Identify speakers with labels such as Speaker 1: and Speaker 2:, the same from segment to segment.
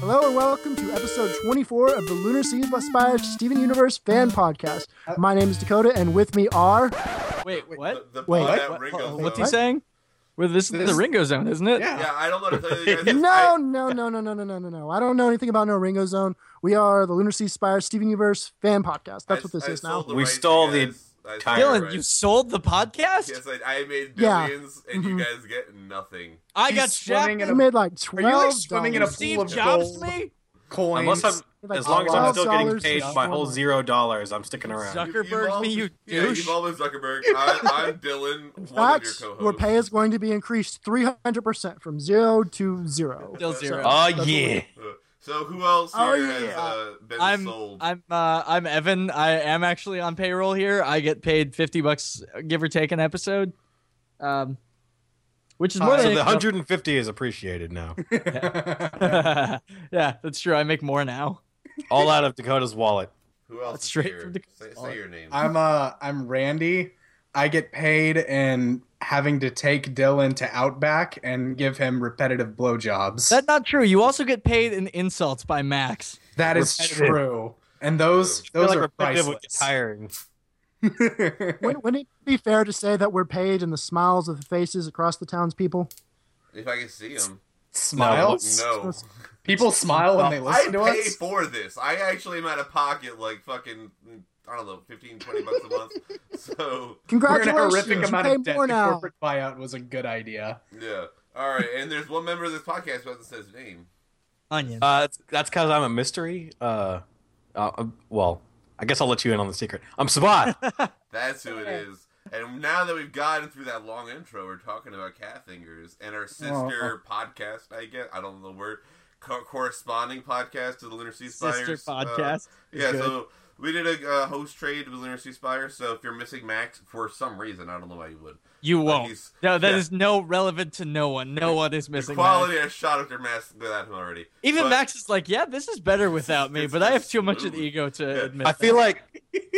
Speaker 1: Hello and welcome to episode 24 of the Lunar Sea Plus by Steven Universe fan podcast.
Speaker 2: Uh,
Speaker 1: My name is Dakota, and with me are
Speaker 3: Wait, what?
Speaker 2: The, the
Speaker 1: Wait,
Speaker 2: pod that
Speaker 3: What-
Speaker 2: Ringo
Speaker 3: what- What's he
Speaker 2: phone-
Speaker 3: saying? Well, this is the
Speaker 4: This-
Speaker 3: Ringo Zone, isn't it?
Speaker 4: Yeah.
Speaker 2: Yeah, I don't know what to tell you guys.
Speaker 1: no,
Speaker 2: I-
Speaker 1: no, no, no, no, no, no, no, no. I don't know anything about no Ringo Zone. We are the Lunar Sea Spire Steven Universe fan podcast. That's
Speaker 2: I-
Speaker 1: what this
Speaker 2: I
Speaker 1: is now.
Speaker 2: sold the
Speaker 4: We
Speaker 2: rights,
Speaker 4: stole the
Speaker 2: guys. I sold
Speaker 4: entire-
Speaker 2: the
Speaker 3: Dylan,
Speaker 2: rights.
Speaker 3: you sold the podcast?
Speaker 2: Yes, I, I made
Speaker 1: Yeah.
Speaker 2: billions, and you guys get nothing.
Speaker 3: I
Speaker 4: He's
Speaker 3: got
Speaker 4: swimming
Speaker 3: jacked.
Speaker 4: in
Speaker 1: We
Speaker 4: a-
Speaker 1: made like
Speaker 4: Are
Speaker 1: twelve.
Speaker 4: you like swimming in a
Speaker 1: dollars.
Speaker 4: pool
Speaker 3: Steve
Speaker 4: of
Speaker 3: Jobs
Speaker 4: gold
Speaker 3: me?
Speaker 4: coins? Unless I'm,
Speaker 1: Like
Speaker 4: as long as I'm still getting
Speaker 1: $12
Speaker 4: paid
Speaker 1: for
Speaker 4: my
Speaker 1: that
Speaker 4: whole
Speaker 1: one.
Speaker 4: zero dollars, I'm sticking around.
Speaker 3: Zuck-
Speaker 2: You- you've
Speaker 3: Zuckerberg,
Speaker 2: all-
Speaker 3: me, you
Speaker 2: yeah,
Speaker 3: douche.
Speaker 2: You've all been Zuckerberg. I, I'm Dylan,
Speaker 1: In
Speaker 2: one of
Speaker 1: fact,
Speaker 2: your co-hosts.
Speaker 1: where pay is going to be increased 300% from zero to zero.
Speaker 3: Still zero.
Speaker 4: Oh
Speaker 1: That's what
Speaker 4: yeah.
Speaker 2: Uh, So who else
Speaker 1: Oh,
Speaker 2: here has
Speaker 1: yeah.
Speaker 2: uh, been
Speaker 3: I'm
Speaker 2: sold?
Speaker 3: I'm uh, I'm Evan. I am actually on payroll here. I get paid fifty bucks, give or take an episode, um, which is more
Speaker 4: So
Speaker 3: than
Speaker 4: the
Speaker 3: enough.
Speaker 4: 150 is appreciated now.
Speaker 3: yeah, that's true. I make more now.
Speaker 4: All out of Dakota's wallet.
Speaker 2: who else
Speaker 3: That's
Speaker 2: is
Speaker 3: straight
Speaker 2: here?
Speaker 3: from the-
Speaker 2: say, say your name.
Speaker 5: I'm uh I'm Randy. I get paid in having to take Dylan to Outback and give him repetitive blowjobs.
Speaker 3: That's not true. You also get paid in insults by Max.
Speaker 5: that is
Speaker 4: repetitive.
Speaker 5: true. And those
Speaker 4: I feel
Speaker 5: those
Speaker 4: like
Speaker 5: are
Speaker 4: repetitive would get
Speaker 5: priceless.
Speaker 4: tiring.
Speaker 1: Wouldn't, wouldn't it be fair to say that we're paid in the smiles of the faces across the townspeople?
Speaker 2: if I can see him.
Speaker 5: Smiles.
Speaker 2: No.
Speaker 5: People smile when they
Speaker 2: I
Speaker 5: listen to
Speaker 2: pay
Speaker 5: us.
Speaker 2: for this. I actually am out of pocket like fucking, I don't know, 15, 20 bucks a month. So,
Speaker 5: We're in a
Speaker 1: Congratulations,
Speaker 5: horrific
Speaker 1: you
Speaker 5: amount
Speaker 1: pay
Speaker 5: of debt.
Speaker 1: more
Speaker 5: The
Speaker 1: now.
Speaker 5: corporate buyout was a good idea.
Speaker 2: yeah. All right. And there's one member of this podcast who hasn't said his name.
Speaker 3: Onion.
Speaker 4: Uh, that's- that's because I'm a mystery. Uh, uh, um, well, I guess I'll let you in on the secret. I'm Sabat.
Speaker 2: That's who it is. And now that we've gotten through that long intro, we're talking about cat fingers and our sister podcast. I guess I don't know the word co- corresponding podcast to the Lunar Sea Spires
Speaker 3: Sister
Speaker 2: uh,
Speaker 3: podcast. is
Speaker 2: yeah,
Speaker 3: good.
Speaker 2: so we did a uh, host trade with Lunar Sea Spire. So if you're missing Max for some reason, I don't know why you would.
Speaker 3: you
Speaker 2: Like,
Speaker 3: won't.
Speaker 2: he's-
Speaker 3: No, that is
Speaker 2: yeah.
Speaker 3: no relevant to no one. No one is
Speaker 2: The
Speaker 3: missing.
Speaker 2: quality I shot at their mask that him already.
Speaker 3: that. Even
Speaker 2: But-
Speaker 3: Max is like, yeah, this is better without me,
Speaker 2: It's
Speaker 3: but I have too much an
Speaker 2: smooth.
Speaker 3: ego to
Speaker 2: Yeah.
Speaker 3: admit.
Speaker 4: I feel
Speaker 3: that.
Speaker 4: like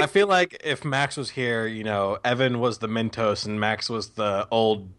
Speaker 4: I feel like if Max was here, you know, Evan was the Mentos and Max was the old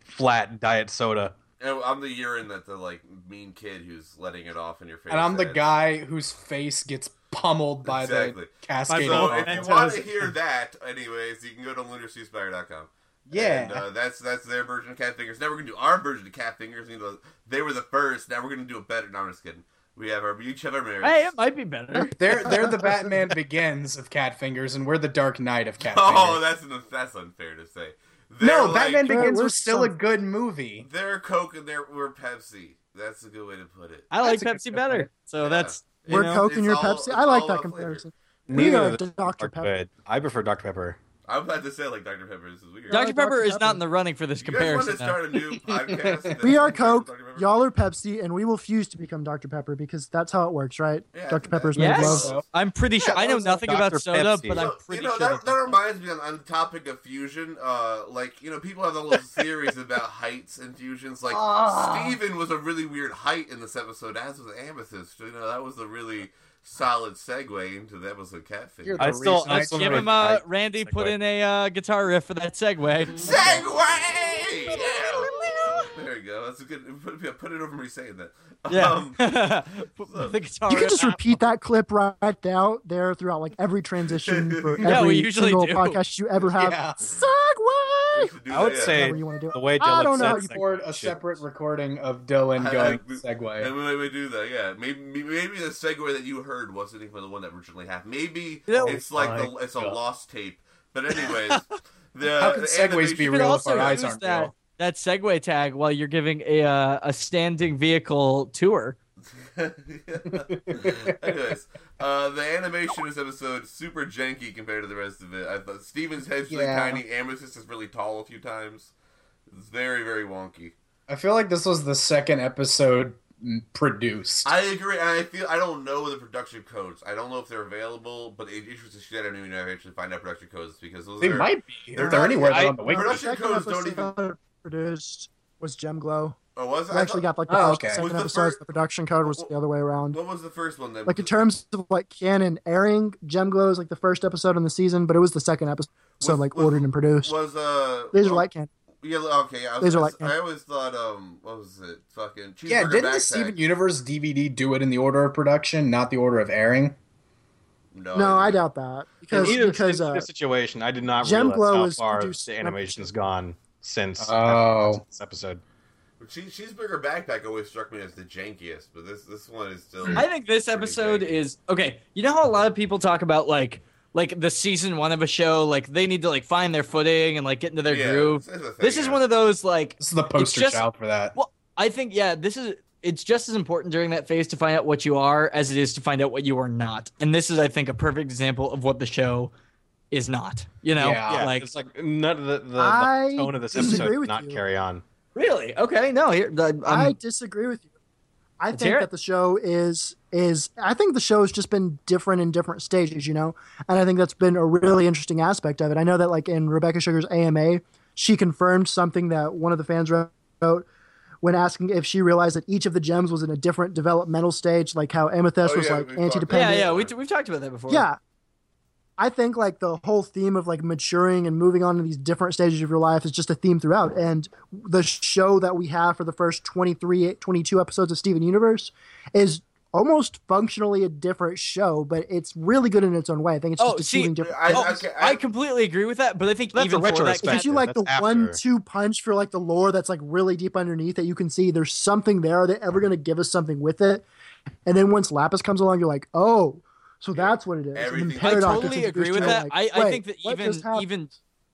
Speaker 4: flat diet soda.
Speaker 2: And I'm the urine that the like mean kid who's letting it off in your face.
Speaker 5: And I'm the
Speaker 2: at.
Speaker 5: guy whose face gets pummeled by
Speaker 2: Exactly.
Speaker 5: the cascade.
Speaker 2: So
Speaker 5: of
Speaker 2: if you
Speaker 5: Mentos.
Speaker 2: want to hear that, anyways, you can go to lunarseaspire.com.
Speaker 5: yeah.
Speaker 2: And, uh, that's that's their version of cat fingers. Now we're gonna do our version of cat fingers. You know, they were the first. Now we're gonna do it better. No, I'm just kidding. We have our we each have our merits.
Speaker 3: Hey, it might be better.
Speaker 5: They're they're the Batman Begins of Catfingers, and we're the Dark Knight of Catfingers.
Speaker 2: oh, that's an, that's unfair to say. They're
Speaker 5: no,
Speaker 2: like,
Speaker 5: Batman
Speaker 1: Sure,
Speaker 5: Begins
Speaker 1: we're
Speaker 5: was still a
Speaker 1: some-
Speaker 5: good movie.
Speaker 2: They're Coke and they're we're Pepsi. That's a good way to put it.
Speaker 3: I like
Speaker 5: That's a
Speaker 3: Pepsi
Speaker 5: good
Speaker 3: better.
Speaker 5: point.
Speaker 3: So
Speaker 2: Yeah.
Speaker 3: that's you
Speaker 1: We're
Speaker 3: know,
Speaker 1: Coke and
Speaker 2: it's
Speaker 1: your
Speaker 2: all-
Speaker 1: Pepsi.
Speaker 2: it's
Speaker 1: I like
Speaker 2: all
Speaker 1: that
Speaker 2: about flavor.
Speaker 1: comparison.
Speaker 4: Neither
Speaker 1: are
Speaker 4: of those
Speaker 1: Dr.
Speaker 4: are
Speaker 1: Pepper.
Speaker 4: good. I prefer Dr. Pepper.
Speaker 2: I'm glad to say I like Dr Pepper. This is weird.
Speaker 1: I
Speaker 3: Dr
Speaker 1: like
Speaker 3: Pepper
Speaker 1: Dr.
Speaker 3: is
Speaker 1: Pepper.
Speaker 3: not in the running for this
Speaker 2: you guys want
Speaker 3: comparison.
Speaker 2: to
Speaker 3: though.
Speaker 2: start a new podcast? that's
Speaker 1: We are
Speaker 2: Dr.
Speaker 1: Coke,
Speaker 2: Pepper?
Speaker 1: y'all are Pepsi, and we will fuse to become Dr. Pepper because that's how it works, right?
Speaker 2: Yeah, I
Speaker 1: Dr.
Speaker 2: think
Speaker 1: Pepper's
Speaker 2: that-
Speaker 1: made of
Speaker 3: Yes.
Speaker 1: love.
Speaker 5: So,
Speaker 3: I'm pretty sure. I know
Speaker 5: those are
Speaker 3: nothing
Speaker 4: Dr.
Speaker 3: about soda,
Speaker 4: Pepsi.
Speaker 3: but I'm
Speaker 2: So,
Speaker 3: pretty
Speaker 2: you know,
Speaker 3: sure.
Speaker 2: that, that reminds me on, on the topic of fusion. Uh, like you know, people have all those theories about heights and fusions. Like
Speaker 5: Ah.
Speaker 2: Steven was a really weird height in this episode, as was Amethyst. You know, that was a really solid segue into the episode Catfish.
Speaker 5: You're
Speaker 4: I
Speaker 5: The
Speaker 4: still,
Speaker 5: reason
Speaker 4: I
Speaker 5: I
Speaker 4: still
Speaker 3: Give
Speaker 4: remember-
Speaker 3: him uh,
Speaker 4: I-
Speaker 3: Randy
Speaker 4: segue.
Speaker 3: put in a uh, guitar riff for that segue.
Speaker 2: Segway! Yeah. There you go. That's a good. Put, yeah, put it over me saying that.
Speaker 3: Yeah,
Speaker 2: Um,
Speaker 3: Put the guitar.
Speaker 1: You can
Speaker 3: riff
Speaker 1: just
Speaker 3: out.
Speaker 1: repeat that clip right out there throughout like every transition for
Speaker 2: Yeah,
Speaker 3: we
Speaker 1: every
Speaker 3: usually
Speaker 1: single
Speaker 3: do.
Speaker 1: podcast you ever have.
Speaker 5: Yeah.
Speaker 1: Segway.
Speaker 2: to do
Speaker 4: I would
Speaker 2: that, yeah.
Speaker 4: say
Speaker 1: Whatever you wanna do.
Speaker 4: the way Dylan
Speaker 1: I don't know
Speaker 4: said
Speaker 1: how
Speaker 5: we
Speaker 1: you
Speaker 4: segway
Speaker 5: record a
Speaker 4: shit.
Speaker 5: separate recording of Dylan
Speaker 2: I-
Speaker 5: going
Speaker 2: I-
Speaker 5: segue.
Speaker 2: And we, we do that, yeah. Maybe maybe the segue that you heard wasn't even the one that originally happened. Maybe
Speaker 3: You know-
Speaker 2: it's like the,
Speaker 5: Oh my
Speaker 2: it's a
Speaker 5: God.
Speaker 2: lost tape. But anyways, the
Speaker 5: How could
Speaker 2: the
Speaker 5: segues
Speaker 2: animation-
Speaker 5: be
Speaker 3: You could
Speaker 5: real if
Speaker 3: also
Speaker 5: our eyes
Speaker 3: use
Speaker 5: aren't
Speaker 3: that,
Speaker 5: real?
Speaker 3: that segue tag while you're giving a uh, a standing vehicle tour.
Speaker 2: Anyways, uh, the animation in this episode is super janky compared to the rest of it. I thought Steven's head's really
Speaker 5: Yeah.
Speaker 2: tiny. Amethyst is really tall a few times. It's very very wonky.
Speaker 5: I feel like this was the second episode mm, produced.
Speaker 2: I agree, and I feel I don't know the production codes. I don't know if they're available, but it interests the shit out of me when I actually find out production codes because those
Speaker 5: They
Speaker 2: are,
Speaker 5: might be.
Speaker 2: they're
Speaker 5: If they're
Speaker 2: not-
Speaker 5: anywhere,
Speaker 4: I-
Speaker 5: they're on the wiki.
Speaker 2: production
Speaker 1: Second
Speaker 2: codes don't
Speaker 1: episode
Speaker 2: even.
Speaker 1: produced was Gem Glow.
Speaker 2: Oh, was it?
Speaker 1: We
Speaker 2: I
Speaker 1: actually
Speaker 2: thought-
Speaker 1: got like the
Speaker 5: Oh,
Speaker 1: first
Speaker 5: okay.
Speaker 1: and second
Speaker 2: Was the
Speaker 1: episodes.
Speaker 2: first-
Speaker 1: The production code was the other way around.
Speaker 2: What was the first one then?
Speaker 1: Like in terms of like canon airing, Gem Glow is like the first episode in the season, but it was the second episode,
Speaker 2: Was-
Speaker 1: like
Speaker 2: was-
Speaker 1: ordered and produced.
Speaker 2: was uh
Speaker 1: These are like canon.
Speaker 2: Yeah, okay. I, was,
Speaker 1: These are like-
Speaker 2: I always thought, um, what was it? Fucking cheeseburger
Speaker 5: Yeah, didn't the
Speaker 2: backpack.
Speaker 5: Steven Universe DVD do it in the order of production, not the order of airing?
Speaker 2: No,
Speaker 1: No, I
Speaker 2: didn't.
Speaker 1: doubt that
Speaker 4: In
Speaker 1: because
Speaker 4: either,
Speaker 1: because
Speaker 4: in
Speaker 1: uh,
Speaker 4: either situation, I did not
Speaker 1: Gem
Speaker 4: realize
Speaker 1: Glow
Speaker 4: how
Speaker 1: is
Speaker 4: far
Speaker 1: produced-
Speaker 4: the animation's gone since
Speaker 5: Oh.
Speaker 4: this episode.
Speaker 2: Che- cheeseburger backpack always struck me as the jankiest, but this this one is still.
Speaker 3: I think this episode
Speaker 2: janky.
Speaker 3: is okay. You know how a lot of people talk about like like the season one of a show, like they need to like find their footing and like get into their
Speaker 2: Yeah,
Speaker 3: groove.
Speaker 2: this is, the thing,
Speaker 3: This is
Speaker 2: yeah.
Speaker 3: one of those like
Speaker 5: This is the poster
Speaker 3: just-
Speaker 5: child for that.
Speaker 3: well, I think yeah, this is it's just as important during that phase to find out what you are as it is to find out what you are not. And this is I think a perfect example of what the show is not. You know,
Speaker 5: Yeah.
Speaker 4: Yeah,
Speaker 3: like
Speaker 4: it's like none of the, the,
Speaker 1: I
Speaker 4: the tone of this
Speaker 1: disagree
Speaker 4: episode did
Speaker 1: with
Speaker 4: not
Speaker 1: you.
Speaker 4: carry on.
Speaker 3: really okay. No, here I,
Speaker 1: I
Speaker 2: um,
Speaker 3: I'm-
Speaker 1: disagree with you. I
Speaker 3: Let's hear
Speaker 1: think
Speaker 3: it.
Speaker 1: that the show is is I think the show has just been different in different stages, you know, and I think that's been a really interesting aspect of it. I know that like in Rebecca Sugar's AMA, she confirmed something that one of the fans wrote when asking if she realized that each of the gems was in a different developmental stage, like how Amethyst
Speaker 2: Oh,
Speaker 1: was
Speaker 2: yeah,
Speaker 1: like
Speaker 2: we've talked about
Speaker 1: anti-dependent.
Speaker 3: yeah, yeah. We t- we've talked about that before.
Speaker 1: Yeah. I think like the whole theme of like maturing and moving on to these different stages of your life is just a theme throughout. And the show that we have for the first 23, 22 episodes of Steven Universe is almost functionally a different show, but it's really good in its own way. I think it's just
Speaker 3: Oh,
Speaker 1: a
Speaker 3: see,
Speaker 1: achieving different.
Speaker 2: I,
Speaker 3: Oh,
Speaker 2: I, okay, I,
Speaker 3: I completely agree with that, but I think
Speaker 4: That's
Speaker 3: even
Speaker 4: a
Speaker 3: for that,
Speaker 4: retrospective.
Speaker 1: If you like the
Speaker 4: that's
Speaker 1: one
Speaker 4: after.
Speaker 1: two punch for like the lore that's like really deep underneath that you can see there's something there. Are they ever going to give us something with it? And then once Lapis comes along, you're like, oh, so that's what it is. And then
Speaker 2: Everything-
Speaker 3: I
Speaker 1: Paradox gets
Speaker 3: totally agree
Speaker 1: introduced,
Speaker 3: with
Speaker 1: and you're
Speaker 3: that.
Speaker 1: like,
Speaker 3: I, I
Speaker 1: wait,
Speaker 3: think that
Speaker 1: what
Speaker 3: even
Speaker 1: just happened?
Speaker 3: even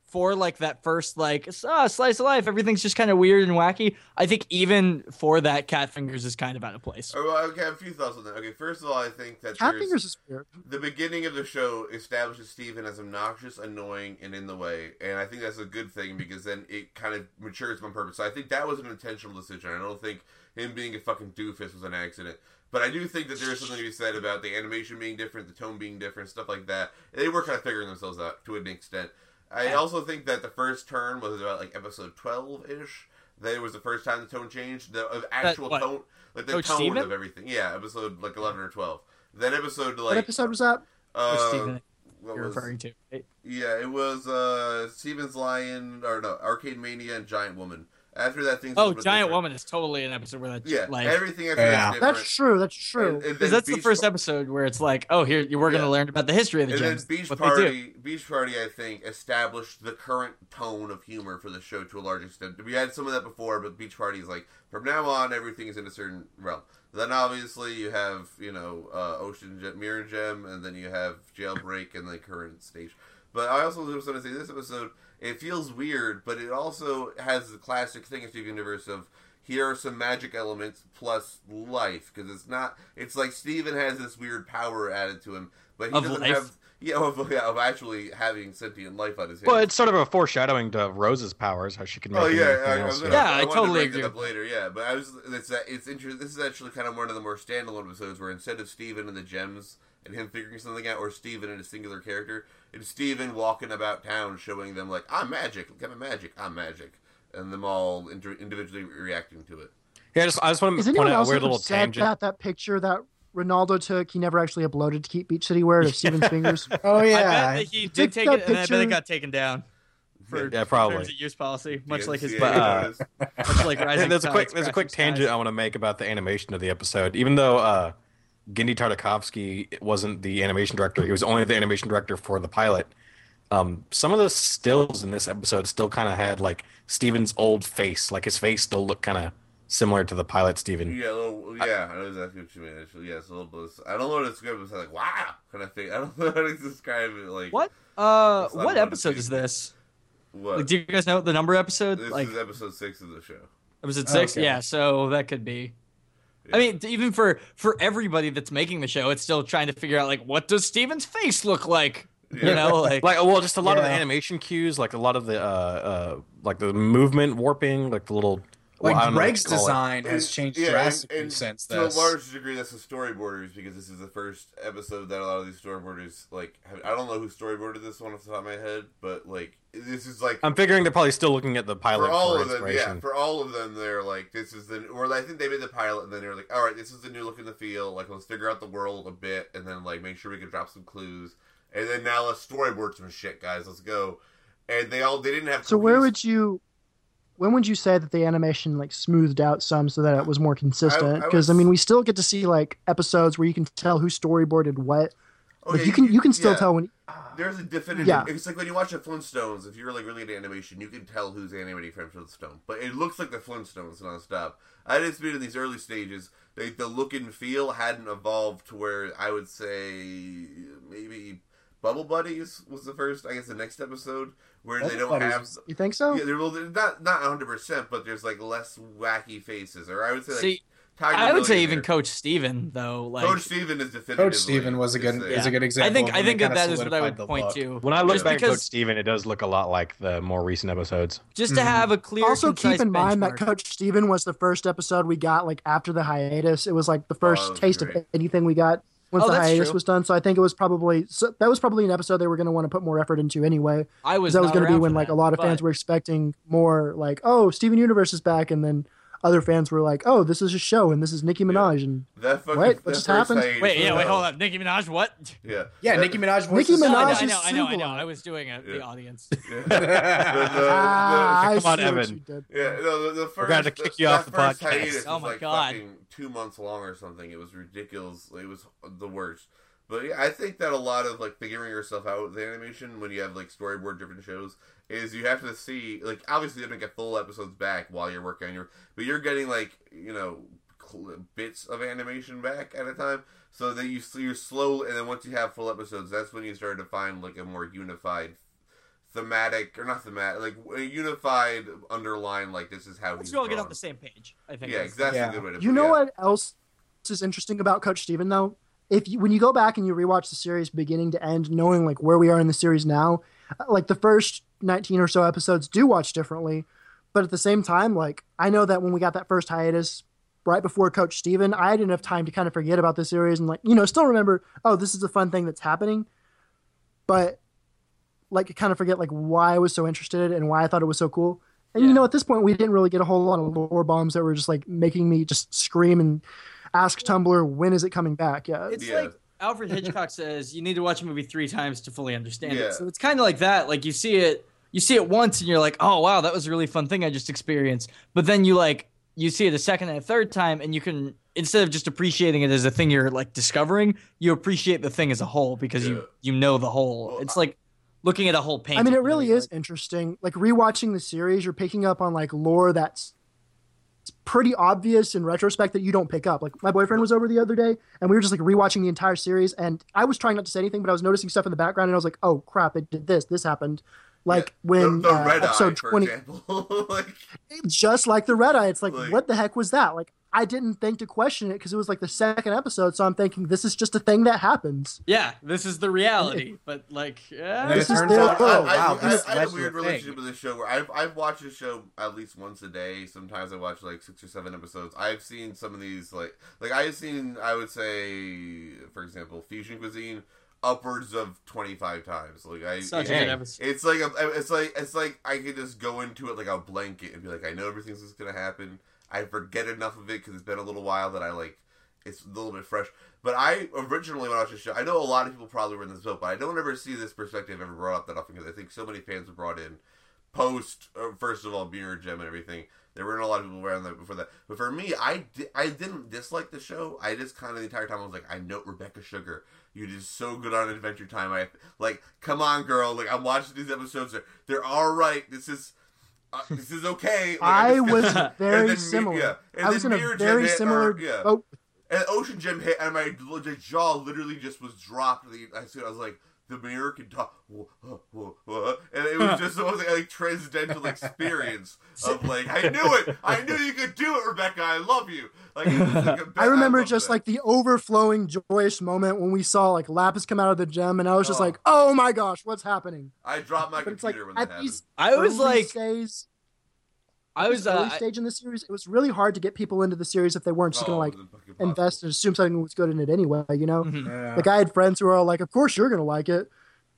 Speaker 3: for like that first like ah, slice of life, everything's just kind of weird and wacky. I think even for that, Catfingers is kind of out of place.
Speaker 2: oh, well, okay, I have a few thoughts on that. Okay, first of all, I think that there's-
Speaker 1: Catfingers is weird.
Speaker 2: the beginning of the show establishes Steven as obnoxious, annoying, and in the way, and I think that's a good thing because then it kind of matures on purpose. So I think that was an intentional decision. I don't think him being a fucking doofus was an accident. But I do think that there is something to be said about the animation being different, the tone being different, stuff like that. They were kind of figuring themselves out to an extent. I also think that the first turn was about like episode twelve ish. That it was the first time the tone changed. The of actual
Speaker 3: what?
Speaker 2: tone, like the
Speaker 3: Coach
Speaker 2: tone
Speaker 3: Steven?
Speaker 2: of everything. Yeah, episode like eleven or twelve. That episode like
Speaker 1: what episode was that?
Speaker 3: Or
Speaker 2: uh,
Speaker 3: Steven,
Speaker 2: what
Speaker 3: you're
Speaker 2: was-
Speaker 3: referring to. right?
Speaker 2: Yeah, it was uh Steven's Lion or no Arcade Mania and Giant Woman. After that, things
Speaker 3: Oh,
Speaker 2: was a bit
Speaker 3: Giant
Speaker 2: different.
Speaker 3: Woman is totally an episode where that's
Speaker 2: Yeah,
Speaker 3: like
Speaker 2: everything after
Speaker 5: Yeah.
Speaker 2: that's different.
Speaker 1: That's true. That's true.
Speaker 2: And- and then
Speaker 3: because that's the
Speaker 2: Beach
Speaker 3: first
Speaker 2: Par-
Speaker 3: episode where it's like, oh, here you- we're going to
Speaker 2: Yeah.
Speaker 3: learn about the history of the
Speaker 2: And then
Speaker 3: gems,
Speaker 2: Beach
Speaker 3: what they do.
Speaker 2: Party, Beach Party, I think established the current tone of humor for the show to a large extent. We had some of that before, but Beach Party is like from now on everything is in a certain realm. Then obviously you have you know uh, Ocean Gem, Mirror Gem, and then you have Jailbreak and the current stage. But I also just want to say this episode it feels weird, but it also has the classic thing of Steven Universe of here are some magic elements plus life because it's not it's like Steven has this weird power added to him, but he
Speaker 3: Of
Speaker 2: doesn't
Speaker 3: life?
Speaker 2: have yeah of, yeah of actually having sentient life on his hands.
Speaker 4: Well, it's sort of a foreshadowing to Rose's powers, how she can make
Speaker 2: Oh yeah,
Speaker 4: anything
Speaker 2: I, I
Speaker 4: else.
Speaker 2: was gonna,
Speaker 4: yeah.
Speaker 3: Yeah, I
Speaker 2: wanted to
Speaker 3: totally
Speaker 2: bring
Speaker 3: agree
Speaker 2: It up
Speaker 3: with
Speaker 2: later, yeah, but I was it's that it's interesting. This is actually kind of one of the more standalone episodes where instead of Steven and the gems and him figuring something out, or Steven and a singular character, it's Steven walking about town showing them like I'm magic, look I'm magic, I'm magic, and them all inter- individually reacting to it.
Speaker 4: yeah, I just I just want
Speaker 1: Is
Speaker 4: to point
Speaker 1: anyone
Speaker 4: out a
Speaker 1: else
Speaker 4: weird little
Speaker 1: upset
Speaker 4: tangent.
Speaker 1: that that picture that Ronaldo took? He never actually uploaded to keep Beach City Weird of Steven's fingers.
Speaker 5: Oh
Speaker 3: I
Speaker 5: yeah,
Speaker 3: bet that he
Speaker 1: Take
Speaker 3: did take
Speaker 1: that
Speaker 3: it, and I bet
Speaker 1: picture.
Speaker 3: it got taken down for
Speaker 4: Yeah, probably.
Speaker 3: in terms of use policy, much
Speaker 2: Yeah,
Speaker 3: like his,
Speaker 2: yeah,
Speaker 4: But, uh,
Speaker 2: it was-
Speaker 3: much like Rising
Speaker 4: Yeah, there's a
Speaker 3: Tides,
Speaker 4: quick there's
Speaker 3: Crashing
Speaker 4: a quick
Speaker 3: Skies.
Speaker 4: tangent I want to make about the animation of the episode. Even though uh, Gendy Tartakovsky wasn't the animation director, he was only the animation director for the pilot. Um, some of the stills in this episode still kind of had like Steven's old face, like his face still looked kind of similar to the pilot Steven.
Speaker 2: Yeah, a little, yeah, I know exactly what you mean. Actually, yeah, it's a little bliss. I don't know what to describe. It's like wow, kind of thing. I don't know how to describe it. Like
Speaker 3: What? Uh,
Speaker 2: It's not
Speaker 3: what
Speaker 2: one of
Speaker 3: episode
Speaker 2: the-
Speaker 3: is this?
Speaker 2: What?
Speaker 3: Like, do you guys know the number episode?
Speaker 2: this
Speaker 3: like,
Speaker 2: is episode six of the show.
Speaker 1: Oh,
Speaker 3: episode six?
Speaker 5: Okay.
Speaker 3: Yeah, so that could be.
Speaker 2: Yeah.
Speaker 3: I mean, t- even for for everybody that's making the show, it's still trying to figure out like what does Steven's face look like? You
Speaker 2: Yeah.
Speaker 3: know, like,
Speaker 4: Like well, just a lot of the
Speaker 5: Yeah.
Speaker 4: animation cues, like a lot of the uh, uh, like the movement warping, like the little well, I
Speaker 5: like
Speaker 4: don't know what
Speaker 5: Greg's
Speaker 4: to call it.
Speaker 5: design has
Speaker 2: And-
Speaker 5: changed
Speaker 2: yeah, and-
Speaker 5: drastically
Speaker 2: and
Speaker 5: since
Speaker 2: to
Speaker 5: this.
Speaker 2: a large degree, that's the storyboarders because this is the first episode that a lot of these storyboarders like. Have, I don't know who storyboarded this one off the top of my head, but like this is like
Speaker 4: I'm figuring they're probably still looking at the pilot
Speaker 2: for
Speaker 4: for,
Speaker 2: all of them,
Speaker 4: inspiration.
Speaker 2: yeah, for all of them, they're like, this is the. Or I think they made the pilot, and then they're like, all right, this is the new look and the feel. Like, let's figure out the world a bit, and then like make sure we can drop some clues, and then now let's storyboard some shit, guys. Let's go. And they all they didn't have.
Speaker 1: so where would
Speaker 2: computers-
Speaker 1: you? when would you say that the animation like smoothed out some so that it was more consistent?
Speaker 2: I
Speaker 1: Because I,
Speaker 2: would-
Speaker 1: mean, we still get to see like episodes where you can tell who storyboarded what.
Speaker 2: Oh,
Speaker 1: Like,
Speaker 2: yeah,
Speaker 1: you can you can still
Speaker 2: yeah.
Speaker 1: tell when
Speaker 2: There's a definitive.
Speaker 1: Yeah.
Speaker 2: It's like when you watch the Flintstones. If you're like really into animation, you can tell who's animating from Flintstone. But it looks like the Flintstones nonstop. I just been in these early stages. They, the look and feel hadn't evolved to where I would say maybe Bubble Buddies was the first. I guess the next episode where they
Speaker 5: Bubble
Speaker 2: don't
Speaker 5: Buddies
Speaker 2: have.
Speaker 5: is-
Speaker 1: you think so.
Speaker 2: Yeah, they're, well, they're not not 100, percent but there's like less wacky faces, or I would say. Like,
Speaker 3: See,
Speaker 2: Tiger
Speaker 3: I would say even
Speaker 2: Millionaire.
Speaker 3: Coach Steven though. Like
Speaker 2: Coach Steven is definitive.
Speaker 5: Coach Steven was a good is
Speaker 3: Yeah.
Speaker 5: a good
Speaker 3: I
Speaker 5: example.
Speaker 3: think
Speaker 5: of
Speaker 3: I
Speaker 5: when
Speaker 3: think
Speaker 5: they
Speaker 3: that
Speaker 5: kinda
Speaker 3: that is what I
Speaker 5: solidified
Speaker 3: would
Speaker 5: the
Speaker 3: point
Speaker 5: look.
Speaker 3: to.
Speaker 4: When I look
Speaker 3: Just
Speaker 4: back at Coach
Speaker 3: because-
Speaker 4: Steven, it does look a lot like the more recent episodes.
Speaker 3: Just to
Speaker 2: Mm-hmm.
Speaker 5: Mhm.
Speaker 3: have a clear.
Speaker 1: Also, keep
Speaker 3: concise
Speaker 1: in mind
Speaker 3: benchmark.
Speaker 1: that Coach Steven was the first episode we got like after the hiatus. It was like the first
Speaker 2: that was
Speaker 1: taste of
Speaker 2: Oh, great.
Speaker 1: anything we got once
Speaker 3: Oh,
Speaker 1: the
Speaker 3: that's
Speaker 1: hiatus
Speaker 3: true.
Speaker 1: was done. So I think it was probably so that was probably an episode they were going to want to put more effort into anyway.
Speaker 3: I
Speaker 1: Because
Speaker 3: was
Speaker 1: that was
Speaker 3: not
Speaker 1: going to be
Speaker 3: around
Speaker 1: when
Speaker 3: for
Speaker 1: like
Speaker 3: that,
Speaker 1: a lot of
Speaker 3: but-
Speaker 1: fans were expecting more like oh Steven Universe is back, and then other fans were like oh this is a show and this is Nicki Minaj and
Speaker 2: That fucking
Speaker 1: What?
Speaker 2: that
Speaker 1: What just
Speaker 2: first
Speaker 1: happened?
Speaker 2: hiatus
Speaker 3: Wait, yeah,
Speaker 2: was
Speaker 3: wait, hold
Speaker 2: hell.
Speaker 3: up. Nicki Minaj, what?
Speaker 2: Yeah,
Speaker 5: Yeah,
Speaker 2: That-
Speaker 5: Nicki Minaj.
Speaker 1: Nicki
Speaker 5: voices-
Speaker 3: No,
Speaker 1: Minaj
Speaker 3: I know, I know, I know, I know.
Speaker 1: Subalime.
Speaker 3: I was doing a, the
Speaker 2: Yeah.
Speaker 3: audience.
Speaker 2: The- the-
Speaker 1: ah, I
Speaker 4: Come on,
Speaker 1: see what
Speaker 4: Evan.
Speaker 1: you did.
Speaker 2: Uh, Yeah, no, the, the 1st
Speaker 4: We're gonna have to kick you
Speaker 2: that
Speaker 4: off the
Speaker 2: first
Speaker 4: podcast.
Speaker 2: hiatus
Speaker 3: Oh
Speaker 2: was
Speaker 3: my
Speaker 2: like
Speaker 3: God.
Speaker 2: fucking two months long or something. It was ridiculous. It was the worst. But yeah, I think that a lot of like figuring yourself out with animation when you have like storyboard driven shows is you have to see like obviously you don't get full episodes back while you're working on your but you're getting like you know cl- bits of animation back at a time so that you so you're slow and then once you have full episodes that's when you start to find like a more unified thematic or not thematic like a unified underline like this is how
Speaker 3: Let's
Speaker 2: he's
Speaker 3: all get on
Speaker 2: drawn.
Speaker 3: the same page. I think.
Speaker 2: yeah
Speaker 3: that's-
Speaker 2: exactly
Speaker 5: Yeah.
Speaker 2: a good way to
Speaker 1: You
Speaker 2: put-
Speaker 1: know
Speaker 2: yeah.
Speaker 1: what else is interesting about Coach Steven though? If you, when you go back and you rewatch the series beginning to end, knowing like where we are in the series now, uh, like the first 19 or so episodes do watch differently, but at the same time, like I know that when we got that first hiatus right before Coach Steven, I had enough time to kind of forget about the series and like you know still remember, oh, this is a fun thing that's happening, but like kind of forget like why I was so interested and why I thought it was so cool. And you
Speaker 3: Yeah.
Speaker 1: know, at this point, we didn't really get a whole lot of lore bombs that were just like making me just scream and ask Tumblr when is it coming back. Yeah,
Speaker 3: It's
Speaker 2: Yeah.
Speaker 3: like Alfred Hitchcock says you need to watch a movie three times to fully understand
Speaker 2: Yeah.
Speaker 3: it. So it's kind of like that. Like you see it, you see it once, and you're like, oh wow, that was a really fun thing I just experienced. But then you like you see it a second and a third time, and you can instead of just appreciating it as a thing you're like discovering, you appreciate the thing as a whole because
Speaker 2: Yeah.
Speaker 3: you you know the whole.
Speaker 2: Well,
Speaker 3: it's like looking at a whole painting.
Speaker 1: I mean, it
Speaker 3: you know,
Speaker 1: really
Speaker 3: you're
Speaker 1: is
Speaker 3: like,
Speaker 1: interesting. Like rewatching the series, you're picking up on like lore that's it's pretty obvious in retrospect that you don't pick up. Like my boyfriend was over the other day, and we were just like rewatching the entire series, and I was trying not to say anything, but I was noticing stuff in the background, and I was like, "Oh crap! It did this. This happened." Like when
Speaker 2: the, the
Speaker 1: uh,
Speaker 2: red
Speaker 1: episode
Speaker 2: eye, for
Speaker 1: 20
Speaker 2: example. like,
Speaker 1: just like the red eye. It's like,
Speaker 2: Like-
Speaker 1: what the heck was that? Like, I didn't think to question it because it was like the second episode. So I'm thinking this is just a thing that happens.
Speaker 3: Yeah, this is the reality. But like, yeah.
Speaker 5: And then it
Speaker 1: This is
Speaker 5: turns
Speaker 1: their-
Speaker 5: out,
Speaker 1: oh,
Speaker 5: oh,
Speaker 2: I,
Speaker 5: wow,
Speaker 2: I,
Speaker 5: this
Speaker 2: I, I
Speaker 5: led
Speaker 2: have a
Speaker 5: to
Speaker 2: weird
Speaker 5: a
Speaker 2: relationship
Speaker 5: thing.
Speaker 2: with this show where I've, I've watched this show at least once a day. Sometimes I watch like six or seven episodes. I've seen some of these like like I've seen I would say for example fusion cuisine upwards of twenty five times. Like I
Speaker 3: Such a
Speaker 4: Dang.
Speaker 3: good episode.
Speaker 2: It's like a, it's like it's like I could just go into it like a blanket and be like, I know everything's just gonna happen. I forget enough of it because it's been a little while that I like it's a little bit fresh. But I originally when I watched the show, I know a lot of people probably were in this boat, but I don't ever see this perspective ever brought up that often because I think so many fans were brought in post uh, first of all Mirror Gem and everything. There weren't a lot of people around that before that. But for me, I di- I didn't dislike the show. I just kind of the entire time I was like, I know Rebecca Sugar. You did so good on Adventure Time. I like, come on, girl. Like I'm watching these episodes. They're they're all right. This is uh, this is okay. Like,
Speaker 1: I
Speaker 2: just-
Speaker 1: was
Speaker 2: and
Speaker 1: very
Speaker 2: then Mi-
Speaker 1: similar.
Speaker 2: yeah. And
Speaker 1: I was
Speaker 2: then
Speaker 1: in a
Speaker 2: Mirror Gem
Speaker 1: very
Speaker 2: hit, or-
Speaker 1: similar
Speaker 2: yeah.
Speaker 1: boat.
Speaker 2: And Ocean Gym hit, and my l- the jaw literally just was dropped. The- I said, I was like, the mirror can talk. Whoa, whoa, whoa, whoa. And it was just the most like transcendental experience of like, I knew it. I knew you could do it, Rebecca. I love you. Like, it was like a be-
Speaker 1: I remember
Speaker 2: love
Speaker 1: just
Speaker 2: that.
Speaker 1: like the overflowing joyous moment when we saw like Lapis come out of the gem, and I was just
Speaker 2: Oh.
Speaker 1: like, "Oh my gosh, what's happening?"
Speaker 2: I dropped my
Speaker 1: But it's like
Speaker 2: computer when that
Speaker 1: at
Speaker 2: happened.
Speaker 1: these
Speaker 3: I was
Speaker 1: early
Speaker 3: like,
Speaker 1: stages,
Speaker 3: I was,
Speaker 1: early
Speaker 3: uh,
Speaker 1: stage in the series, it was really hard to get people into the series if they weren't just
Speaker 2: Oh,
Speaker 1: gonna like
Speaker 2: it was Mm-hmm. fucking possible.
Speaker 1: invest and assume something was good in it anyway. You know,
Speaker 3: mhm.
Speaker 5: Yeah.
Speaker 1: Like I had friends who were all like, "Of course you're gonna like it,"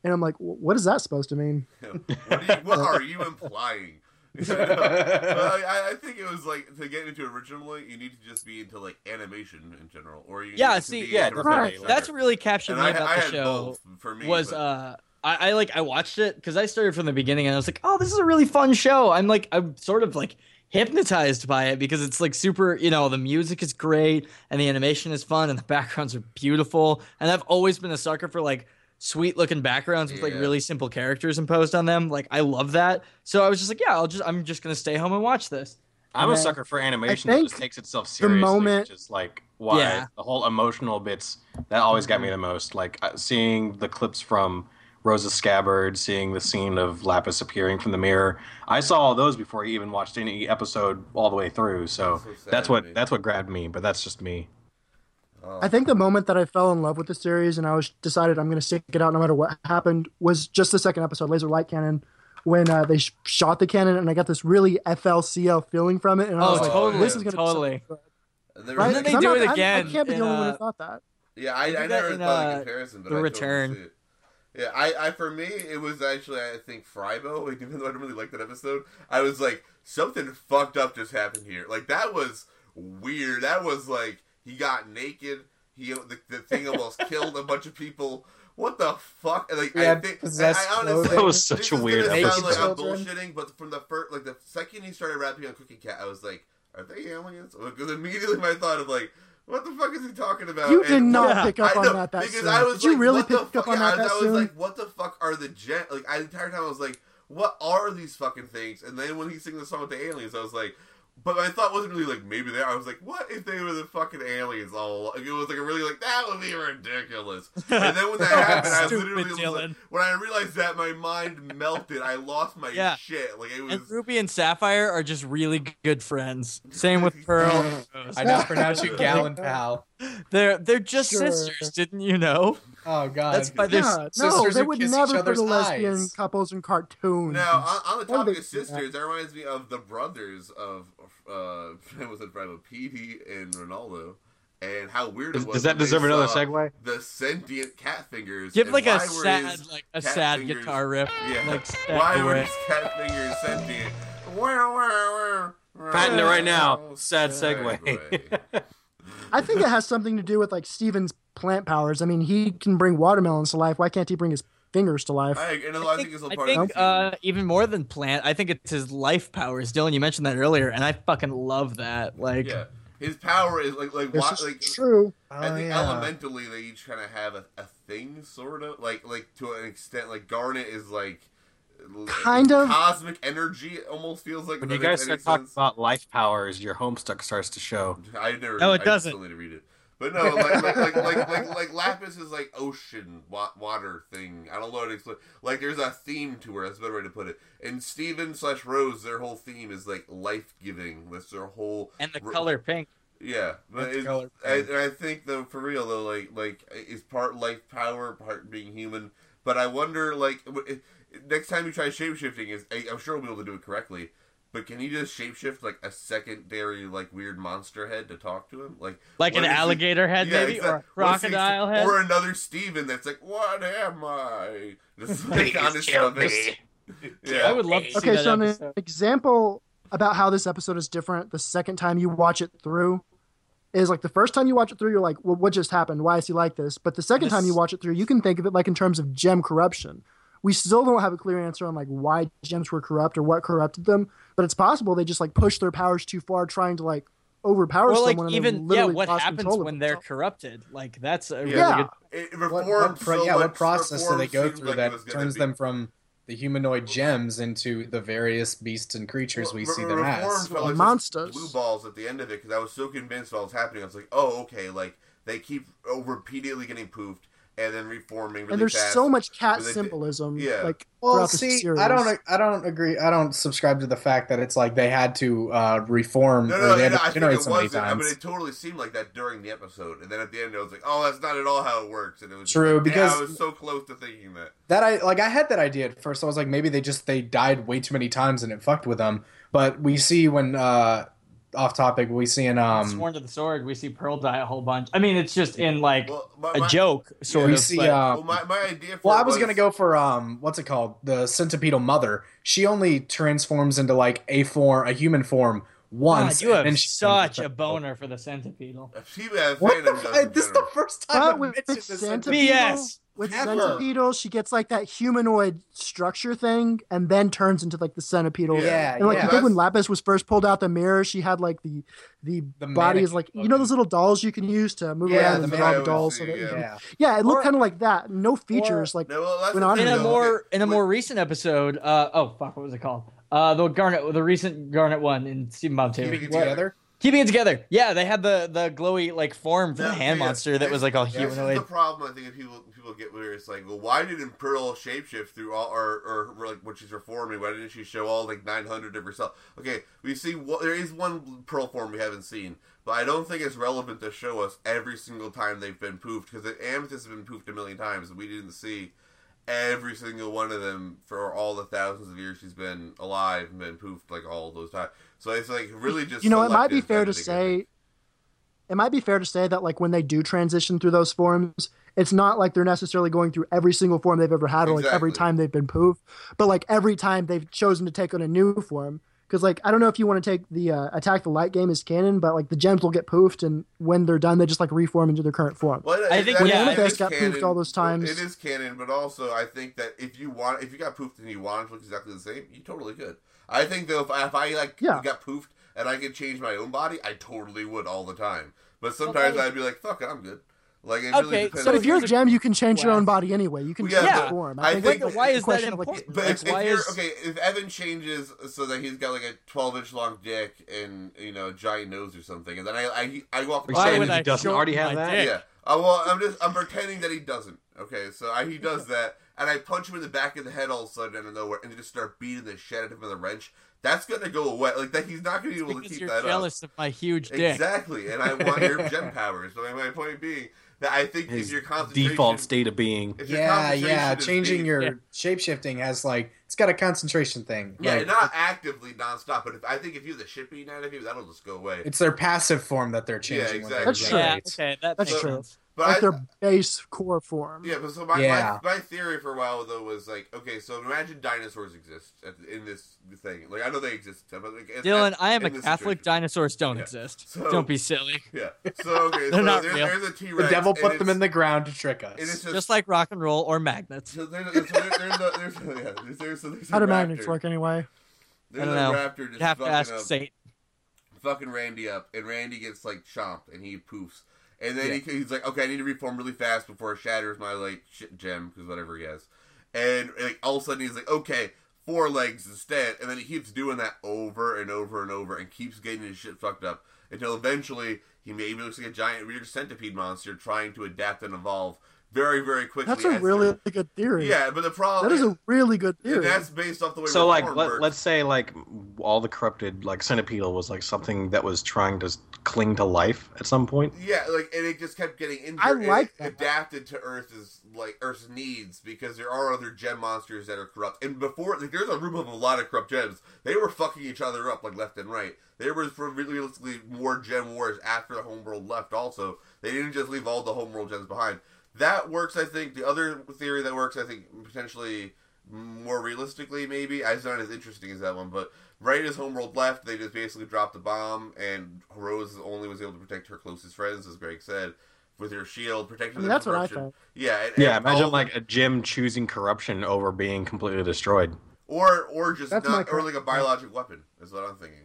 Speaker 1: and I'm like, "Wh- "What is that supposed to mean?"
Speaker 2: what, are you, what are you implying? Well, I, I think it was like to get into originally, you need to just be into like animation in general, or you
Speaker 3: Yeah,
Speaker 2: Need
Speaker 3: see,
Speaker 2: to be
Speaker 4: yeah,
Speaker 2: into
Speaker 4: definitely.
Speaker 2: Rebecca
Speaker 4: Right.
Speaker 2: Sugar.
Speaker 3: That's what really captured
Speaker 2: and
Speaker 3: me
Speaker 2: I,
Speaker 3: about
Speaker 2: I
Speaker 3: the
Speaker 2: had
Speaker 3: show
Speaker 2: both for me
Speaker 3: was
Speaker 2: but-
Speaker 3: uh, I, I like I watched it because I started from the beginning and I was like, oh, this is a really fun show. I'm like I'm sort of like hypnotized by it because it's like super, you know, the music is great and the animation is fun and the backgrounds are beautiful. And I've always been a sucker for like sweet looking backgrounds with like
Speaker 2: Yeah.
Speaker 3: really simple characters imposed on them. Like I love that. So I was just like, yeah, I'll just I'm just gonna stay home and watch this.
Speaker 4: I'm a
Speaker 3: Okay.
Speaker 4: sucker for animation
Speaker 1: I
Speaker 4: that
Speaker 1: think
Speaker 4: just takes itself seriously.
Speaker 1: moment-
Speaker 4: which is like why
Speaker 3: Yeah.
Speaker 4: the whole emotional bits that always got me the most. Like uh, seeing the clips from Rosa Scabbard, seeing the scene of Lapis appearing from the mirror. I saw all those before I even watched any episode all the way through. So,
Speaker 2: So sad,
Speaker 4: that's what
Speaker 2: man.
Speaker 4: that's what grabbed me. But that's just me.
Speaker 3: uh,
Speaker 2: um,
Speaker 1: I think the moment that I fell in love with the series and I was decided I'm going to stick it out no matter what happened was just the second episode, Laser Light Cannon, when uh, they sh- shot the cannon and I got this really FLCL feeling from it. And I
Speaker 3: Oh,
Speaker 1: was like,
Speaker 2: totally,
Speaker 1: this is going to
Speaker 3: totally.
Speaker 1: be so good.
Speaker 2: And there
Speaker 1: Right?
Speaker 2: was
Speaker 3: then
Speaker 2: a-
Speaker 3: they
Speaker 1: 'Cause I'm
Speaker 3: do
Speaker 1: not-
Speaker 3: it
Speaker 1: I'm-
Speaker 3: again
Speaker 1: I can't be
Speaker 3: in,
Speaker 1: the only one
Speaker 3: uh,
Speaker 1: who thought that.
Speaker 2: Yeah,
Speaker 3: They do
Speaker 2: I, I
Speaker 3: that
Speaker 2: never
Speaker 3: in,
Speaker 2: thought
Speaker 3: uh,
Speaker 2: of the comparison, but
Speaker 3: The
Speaker 2: I totally
Speaker 3: Return.
Speaker 2: see it. Yeah, I, I for me it was actually I think Frybo, like, even though I didn't really like that episode, I was like, something fucked up just happened here. Like that was weird. That was like he got naked, he the, the thing almost killed a bunch of people. What the fuck? And, Like
Speaker 5: He had
Speaker 2: I think
Speaker 5: possessed
Speaker 2: I, I honestly,
Speaker 5: clothing. That
Speaker 4: was such
Speaker 2: this
Speaker 4: a
Speaker 2: is
Speaker 4: weird
Speaker 2: gonna sound like I'm
Speaker 5: episode.
Speaker 2: bullshitting, but from the first, like the second he started rapping on Cookie Cat, I was like, are they aliens? Because immediately my thought of like, what the fuck is he talking about?
Speaker 1: You
Speaker 2: And-
Speaker 1: did not
Speaker 3: Yeah.
Speaker 1: pick up
Speaker 2: I
Speaker 1: on
Speaker 2: know,
Speaker 1: that that
Speaker 2: because
Speaker 1: soon.
Speaker 2: I was
Speaker 1: Did you
Speaker 2: like,
Speaker 1: really
Speaker 2: what the
Speaker 1: pick up
Speaker 2: fuck-
Speaker 1: on that
Speaker 2: I, was-
Speaker 1: that
Speaker 2: I was
Speaker 1: soon?
Speaker 2: like, what the fuck are the gen? Like, I, the entire time I was like, what are these fucking things? And then when he sings the song with the aliens, I was like, but my thought wasn't really like maybe they. are. I was like, what if they were the fucking aliens all? along? Like, it was like a really like that would be ridiculous. And then when that happened, I
Speaker 3: Stupid
Speaker 2: literally was like,
Speaker 3: Dylan.
Speaker 2: when I realized that my mind melted, I lost my
Speaker 3: Yeah.
Speaker 2: shit. Like it was.
Speaker 3: And Ruby and Sapphire are just really good friends. Same with Pearl. and Rose.
Speaker 5: I just pronounce you Gallon Pal.
Speaker 3: They're they're just
Speaker 1: Sure.
Speaker 3: sisters, didn't you know?
Speaker 5: Oh God.
Speaker 3: That's by their
Speaker 1: Yeah, no,
Speaker 5: sisters
Speaker 1: they
Speaker 5: who
Speaker 1: would
Speaker 5: kiss each
Speaker 1: never put
Speaker 5: other's
Speaker 1: a lesbian
Speaker 5: eyes.
Speaker 1: couples in cartoons.
Speaker 2: Now, on, on the
Speaker 1: Why would
Speaker 2: topic
Speaker 1: they
Speaker 2: of
Speaker 1: do that?
Speaker 2: sisters, that reminds me of the brothers of uh, was it Bravo, PD and Ronaldo, and how weird
Speaker 4: Does,
Speaker 2: it was.
Speaker 4: does that
Speaker 2: when they
Speaker 4: deserve another
Speaker 2: saw
Speaker 4: segue?
Speaker 2: The sentient cat fingers.
Speaker 3: Give
Speaker 2: and
Speaker 3: like a
Speaker 2: why were
Speaker 3: sad
Speaker 2: his-
Speaker 3: like a
Speaker 2: cat
Speaker 3: sad
Speaker 2: fingers-
Speaker 3: guitar riff.
Speaker 2: yeah.
Speaker 3: Like step
Speaker 2: why were
Speaker 3: away.
Speaker 2: his cat fingers sentient? Wow, wow, wow.
Speaker 4: Patent it right now. Sad segue.
Speaker 2: Segue.
Speaker 1: I think it has something to do with like Steven's plant powers. I mean, he can bring watermelons to life. Why can't he bring his fingers to life?
Speaker 2: I, and I,
Speaker 3: I
Speaker 2: think
Speaker 3: think,
Speaker 2: it's all
Speaker 3: I
Speaker 2: part
Speaker 3: think
Speaker 2: of
Speaker 3: uh, even more than plant, I think it's his life powers. Dylan, you mentioned that earlier, and I fucking love that. Like,
Speaker 2: yeah. His power is like like
Speaker 1: This
Speaker 2: why,
Speaker 1: is
Speaker 2: like
Speaker 1: true.
Speaker 2: I
Speaker 5: Oh,
Speaker 2: think
Speaker 5: yeah.
Speaker 2: elementally they each kind of have a, a thing, sort of like like to an extent. Like Garnet is like l-
Speaker 1: Kind of.
Speaker 2: cosmic energy. It almost feels like
Speaker 4: When
Speaker 2: that
Speaker 4: you guys
Speaker 2: makes
Speaker 4: start talking
Speaker 2: any sense.
Speaker 4: about life powers, your homestuck starts to show.
Speaker 2: I never.
Speaker 3: No, it
Speaker 2: I
Speaker 3: doesn't.
Speaker 2: Still need to read it. But no, like like like like, like, like Lapis is like ocean wa- water thing. I don't know how to explain. Like there's a theme to her. That's a better way to put it. And Steven slash Rose, their whole theme is like life giving. That's their whole
Speaker 3: and the
Speaker 2: Ro-
Speaker 3: color pink.
Speaker 2: Yeah, but
Speaker 5: That's
Speaker 2: it,
Speaker 5: color
Speaker 2: I,
Speaker 5: coded.
Speaker 2: and I think though, for real though, like like it's part life power, part being human. But I wonder, like, w- if- next time you try shapeshifting, is I- I'm sure we'll be able to do it correctly. But can you just shapeshift like a secondary, like weird monster head to talk to him, like
Speaker 3: Like
Speaker 2: what
Speaker 3: an
Speaker 2: if it's-
Speaker 3: alligator head,
Speaker 2: yeah,
Speaker 3: maybe, or a
Speaker 2: exact- what if it's-
Speaker 3: crocodile head.
Speaker 2: or another Steven that's like, what am I? Just like on his stomach.
Speaker 3: I
Speaker 2: Yeah,
Speaker 3: would love to see
Speaker 1: Okay,
Speaker 3: that
Speaker 1: so an
Speaker 3: episode.
Speaker 1: example about how this episode is different the second time you watch it through is like the first time you watch it through, you're like, well, what just happened? Why is he like this? But the second time you watch it through, you can think of it like in terms of gem corruption. We still don't have a clear answer on like why gems were corrupt or what corrupted them, but it's possible they just like pushed their powers too far, trying to like overpower
Speaker 3: or like
Speaker 1: someone. and they
Speaker 3: even yeah,
Speaker 1: literally
Speaker 3: what
Speaker 1: lost
Speaker 3: happens
Speaker 1: control of
Speaker 3: when they're
Speaker 1: themselves.
Speaker 3: corrupted? Like that's a
Speaker 2: Yeah.
Speaker 3: really
Speaker 1: yeah,
Speaker 3: good.
Speaker 2: it, it
Speaker 5: What,
Speaker 2: reformed
Speaker 5: what pro-
Speaker 2: so
Speaker 5: yeah,
Speaker 2: much-
Speaker 5: what process do
Speaker 2: reformed
Speaker 5: they go
Speaker 2: seemed
Speaker 5: through
Speaker 2: like it was
Speaker 5: that
Speaker 2: gonna
Speaker 5: turns
Speaker 2: be-
Speaker 5: them from the humanoid gems into the various beasts and creatures we
Speaker 2: Re-
Speaker 5: see
Speaker 2: re-
Speaker 5: them
Speaker 2: Reform
Speaker 5: as?
Speaker 2: felt like just
Speaker 1: Monsters.
Speaker 2: Blue balls at the end of it because I was so convinced while it was happening. I was like, oh, okay, like they keep oh, repeatedly getting poofed and then reforming really
Speaker 1: and there's
Speaker 2: fast.
Speaker 1: so much cat
Speaker 2: But they-
Speaker 1: symbolism.
Speaker 2: yeah.
Speaker 1: like
Speaker 5: Well,
Speaker 1: throughout the
Speaker 5: see,
Speaker 1: series.
Speaker 5: I don't, I don't agree. I don't subscribe to the fact that it's like they had to uh, reform
Speaker 2: No,
Speaker 5: or
Speaker 2: no, no,
Speaker 5: they had
Speaker 2: no
Speaker 5: to
Speaker 2: I think
Speaker 5: generate
Speaker 2: it
Speaker 5: so many
Speaker 2: wasn't. I
Speaker 5: times.
Speaker 2: mean, it totally seemed like that during the episode, and then at the end, I was like, "Oh, that's not at all how it works." And it was just
Speaker 5: True,
Speaker 2: like,
Speaker 5: because-
Speaker 2: yeah, I was so close to thinking that.
Speaker 5: That I like I had that idea at first. I was like maybe they just they died way too many times and it fucked with them. But we see when uh off topic, we see in um
Speaker 3: Sworn to the sword, we see Pearl die a whole bunch. I mean, it's just in like
Speaker 2: Well, my,
Speaker 3: a
Speaker 2: my,
Speaker 3: joke sort
Speaker 2: yeah.
Speaker 5: we
Speaker 3: of.
Speaker 5: see
Speaker 3: but-
Speaker 5: uh
Speaker 2: Well, my, my idea. For
Speaker 5: well, I
Speaker 2: it
Speaker 5: was gonna go for um, what's it called? The centipedal mother. She only transforms into like a form, a human form once.
Speaker 3: God, you have
Speaker 5: and she-
Speaker 3: such a boner for the centipede.
Speaker 2: She had
Speaker 5: What the?
Speaker 2: Phantom
Speaker 5: F-
Speaker 2: does in
Speaker 5: this is the
Speaker 2: general.
Speaker 5: first time
Speaker 1: But
Speaker 5: I've
Speaker 1: with
Speaker 5: mentioned this.
Speaker 1: centipede-
Speaker 3: BS.
Speaker 1: with
Speaker 5: Ever.
Speaker 1: centipedal, she gets like that humanoid structure thing, and then turns into like the centipedal.
Speaker 5: Yeah,
Speaker 1: and like
Speaker 5: yeah.
Speaker 1: I think when Lapis was first pulled out the mirror, she had like the the,
Speaker 5: The
Speaker 1: body is like
Speaker 5: mannequin
Speaker 1: you know those little dolls you can use to move
Speaker 5: Yeah,
Speaker 1: around
Speaker 5: the
Speaker 1: and
Speaker 5: man-
Speaker 1: draw
Speaker 2: I
Speaker 1: the
Speaker 2: would
Speaker 1: dolls.
Speaker 2: see,
Speaker 1: so that you
Speaker 2: yeah.
Speaker 1: can-
Speaker 5: Yeah.
Speaker 1: yeah, it
Speaker 3: Or-
Speaker 1: looked kind of like that. No features, like
Speaker 2: No, well, that's
Speaker 1: When
Speaker 2: the
Speaker 1: on
Speaker 2: thing,
Speaker 3: in a
Speaker 1: though.
Speaker 3: more in a
Speaker 2: Wait,
Speaker 3: more recent episode. Uh, oh fuck, what was it called? Uh, the Garnet, the recent Garnet one in Stephen Bob
Speaker 2: Keeping
Speaker 3: Taylor.
Speaker 2: It
Speaker 5: What
Speaker 2: Together.
Speaker 5: other?
Speaker 3: Keeping it together. Yeah, they had the the glowy like form for the
Speaker 2: No,
Speaker 3: hand
Speaker 2: yeah,
Speaker 3: monster that was like all
Speaker 2: this is
Speaker 3: humanoid.
Speaker 2: The problem I think that people people get where it's like, well, why didn't Pearl shapeshift through all, or or, or, like when she's reforming? Why didn't she show all like nine hundred of herself? Okay, we see what there is one Pearl form we haven't seen, but I don't think it's relevant to show us every single time they've been poofed because Amethyst has been poofed a million times, and we didn't see every single one of them for all the thousands of years she's been alive and been poofed like all those times. So it's like really just
Speaker 1: you know it might be
Speaker 2: selective
Speaker 1: fair to
Speaker 2: editing, I think.
Speaker 1: say it might be fair to say that like when they do transition through those forms it's not like they're necessarily going through every single form they've ever had or like every
Speaker 2: Exactly.
Speaker 1: time they've been poof but like every time they've chosen to take on a new form because like i don't know if you want to take the uh, attack the light game as canon but like the gems will get poofed and when they're done they just like reform into their current form
Speaker 2: Well,
Speaker 3: I
Speaker 2: it-
Speaker 3: think
Speaker 2: that-
Speaker 3: when
Speaker 2: it
Speaker 3: Amethyst
Speaker 2: is
Speaker 1: got poofed all those times-
Speaker 2: It is canon, but also I think that if you want, if you got poofed and you wanted to look exactly the same, you totally could. I think though, if I, if I like
Speaker 1: Yeah.
Speaker 2: got poofed and I could change my own body, I totally would all the time. But sometimes
Speaker 3: that is-
Speaker 2: I'd be like, "Fuck it, I'm good." Like, it
Speaker 3: Okay,
Speaker 2: really
Speaker 3: so
Speaker 2: depends.
Speaker 1: but if you're a
Speaker 3: here's-
Speaker 1: gem you can change your
Speaker 3: Wow.
Speaker 1: own body anyway you can
Speaker 2: Yeah,
Speaker 1: change
Speaker 3: but
Speaker 1: the form
Speaker 2: I
Speaker 1: that's,
Speaker 2: think-
Speaker 1: like,
Speaker 3: Why
Speaker 1: the
Speaker 3: is that
Speaker 1: question of,
Speaker 3: important?
Speaker 2: But
Speaker 3: Like,
Speaker 2: if, if
Speaker 3: why
Speaker 2: you're
Speaker 3: is-
Speaker 2: okay, if Evan changes so that he's got like a 12 inch long dick and you know a giant nose or something, and then I I, I walk
Speaker 4: You're
Speaker 3: Why
Speaker 4: saying
Speaker 3: would
Speaker 4: that he
Speaker 3: I
Speaker 4: doesn't
Speaker 3: shorten
Speaker 4: already have
Speaker 3: my
Speaker 4: that?
Speaker 3: dick?
Speaker 2: Yeah. Uh, well, I'm just I'm pretending that he doesn't. Okay, so I, he does that, and I punch him in the back of the head all of a sudden out of nowhere, and just start beating the shit out of him with a wrench. That's gonna go away. Like that, he's not gonna be able to
Speaker 3: Because
Speaker 2: keep
Speaker 3: you're
Speaker 2: that up.
Speaker 3: jealous of my huge dick.
Speaker 2: Exactly, and I want your gem powers. But my point being that I think if
Speaker 4: His
Speaker 2: your concentration,
Speaker 4: default state of being.
Speaker 2: if your
Speaker 5: Yeah,
Speaker 2: concentration
Speaker 5: yeah.
Speaker 2: is
Speaker 5: Changing
Speaker 2: being-
Speaker 5: your
Speaker 3: Yeah.
Speaker 5: shapeshifting has like it's got a concentration thing.
Speaker 2: yeah,
Speaker 5: Like,
Speaker 2: not actively nonstop, but if, I think if you have the shit beaten out of you, that'll just go away.
Speaker 5: it's their passive form that they're changing. when
Speaker 2: exactly.
Speaker 5: they
Speaker 1: That's true.
Speaker 5: regenerate.
Speaker 3: Yeah, okay, that
Speaker 1: That's
Speaker 3: makes
Speaker 1: true.
Speaker 3: sense.
Speaker 2: but I-
Speaker 1: their base core form
Speaker 2: Yeah, but so my,
Speaker 5: Yeah.
Speaker 2: my my theory for a while though was like, okay, so imagine dinosaurs exist at- in this thing. Like I know they exist, but like, in-
Speaker 3: Dylan,
Speaker 2: at-
Speaker 3: I am a
Speaker 2: in this
Speaker 3: Catholic.
Speaker 2: situation.
Speaker 3: Dinosaurs don't
Speaker 2: Yeah.
Speaker 3: exist.
Speaker 2: So-
Speaker 3: don't be silly.
Speaker 2: yeah. So okay, so
Speaker 3: not
Speaker 2: there-
Speaker 3: real.
Speaker 2: there's a T
Speaker 5: The
Speaker 2: Rex.
Speaker 5: devil put them in the ground to trick
Speaker 2: It is
Speaker 5: us.
Speaker 2: just,
Speaker 3: Just like rock and roll or magnets.
Speaker 2: so there's, so there- there's, a, there's, a, yeah, there's, there's, a- there's a
Speaker 1: how do
Speaker 2: raptor.
Speaker 1: magnets work anyway
Speaker 2: There's
Speaker 3: I don't
Speaker 2: a
Speaker 3: know.
Speaker 2: raptor just
Speaker 3: You'd have to
Speaker 2: fucking
Speaker 3: ask
Speaker 2: up,
Speaker 3: Satan.
Speaker 2: fucking Randy up, and Randy gets like chomped, and he poofs, and then he, he's like, okay, I need to reform really fast before it shatters my like shit gem because whatever he has, and like all of a sudden he's like, okay, four legs instead, and then he keeps doing that over and over and over, and keeps getting his shit fucked up until eventually he maybe looks like a giant weird centipede monster trying to adapt and evolve very very quickly.
Speaker 1: that's a
Speaker 2: as
Speaker 1: really good theory
Speaker 2: yeah, but the problem
Speaker 1: That is a really good
Speaker 2: and
Speaker 1: theory.
Speaker 2: that's based off the way
Speaker 4: So, like,
Speaker 2: reform
Speaker 4: let,
Speaker 2: works.
Speaker 4: let's say, like, all the corrupted, like, centipedal was like something that was trying to cling to life at some point.
Speaker 2: Yeah, like and it just kept getting injured.
Speaker 1: I
Speaker 2: and
Speaker 1: like
Speaker 2: it
Speaker 1: that.
Speaker 2: adapted to Earth's like Earth's needs because there are other gem monsters that are corrupt. And before, like, there's a room of a lot of corrupt gems. They were fucking each other up like left and right. There was realistically more gem wars after the homeworld left. Also, they didn't just leave all the homeworld gems behind. That works, I think. The other theory that works, I think, potentially more realistically, maybe. It's not as interesting as that one, but right as Homeworld left, they just basically dropped the bomb, and Rose only was able to protect her closest friends, as Greg said, with her shield, protecting
Speaker 1: I mean,
Speaker 2: them
Speaker 1: that's
Speaker 2: from
Speaker 1: what I
Speaker 2: corruption.
Speaker 1: thought.
Speaker 2: Yeah, and- oh,
Speaker 4: Yeah,
Speaker 2: and all-
Speaker 4: imagine like a gym choosing corruption over being completely destroyed.
Speaker 2: or or just
Speaker 1: That's
Speaker 2: not,
Speaker 1: my
Speaker 2: or like a
Speaker 1: correct-
Speaker 2: biologic weapon is what I'm thinking.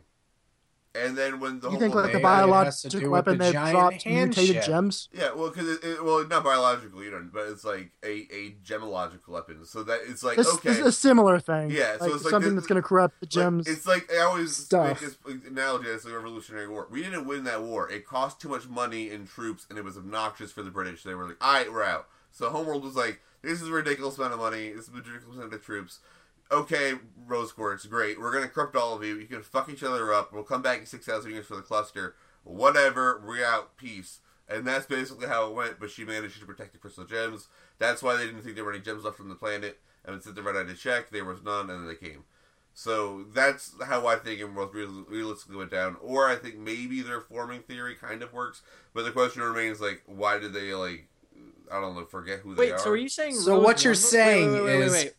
Speaker 2: And then when the
Speaker 1: you
Speaker 2: Homeworld
Speaker 1: think like the
Speaker 2: ended-
Speaker 5: Maybe it has to
Speaker 1: biological
Speaker 5: do with
Speaker 1: weapon
Speaker 5: the
Speaker 1: they
Speaker 5: giant
Speaker 1: dropped
Speaker 5: hand
Speaker 1: mutated
Speaker 5: shit.
Speaker 1: gems?
Speaker 2: yeah, well, because it, it, well, not biological, you know, but it's like a a gemological weapon. So that it's like
Speaker 1: This,
Speaker 2: okay,
Speaker 1: this is a similar thing.
Speaker 2: Yeah, so
Speaker 1: like,
Speaker 2: it's like
Speaker 1: something
Speaker 2: this-
Speaker 1: that's going to corrupt the
Speaker 2: Like,
Speaker 1: gems.
Speaker 2: it's like I always
Speaker 1: stuff.
Speaker 2: make this analogy as the Revolutionary War. We didn't win that war. It cost too much money in troops, and it was obnoxious for the British. They were like, "All right, we're out." So Homeworld was like, "This is a ridiculous amount of money. This is a ridiculous amount of troops." Okay, Rose Quartz, great. We're gonna corrupt all of you. You can fuck each other up. We'll come back in six thousand years for the cluster. Whatever. We're out. Peace. And that's basically how it went. But she managed to protect the crystal gems. That's why they didn't think there were any gems left on the planet. And since they ran out of check, there was none, and then they came. So that's how I think it most real- realistically went down. Or I think maybe their forming theory kind of works, but the question remains like, why did they like? I don't know. Forget who they
Speaker 3: Wait,
Speaker 2: are.
Speaker 3: so are you saying?
Speaker 5: So
Speaker 3: Rose
Speaker 5: what you're
Speaker 3: won the- wait,
Speaker 5: saying
Speaker 3: wait, wait, wait,
Speaker 5: is-
Speaker 3: wait.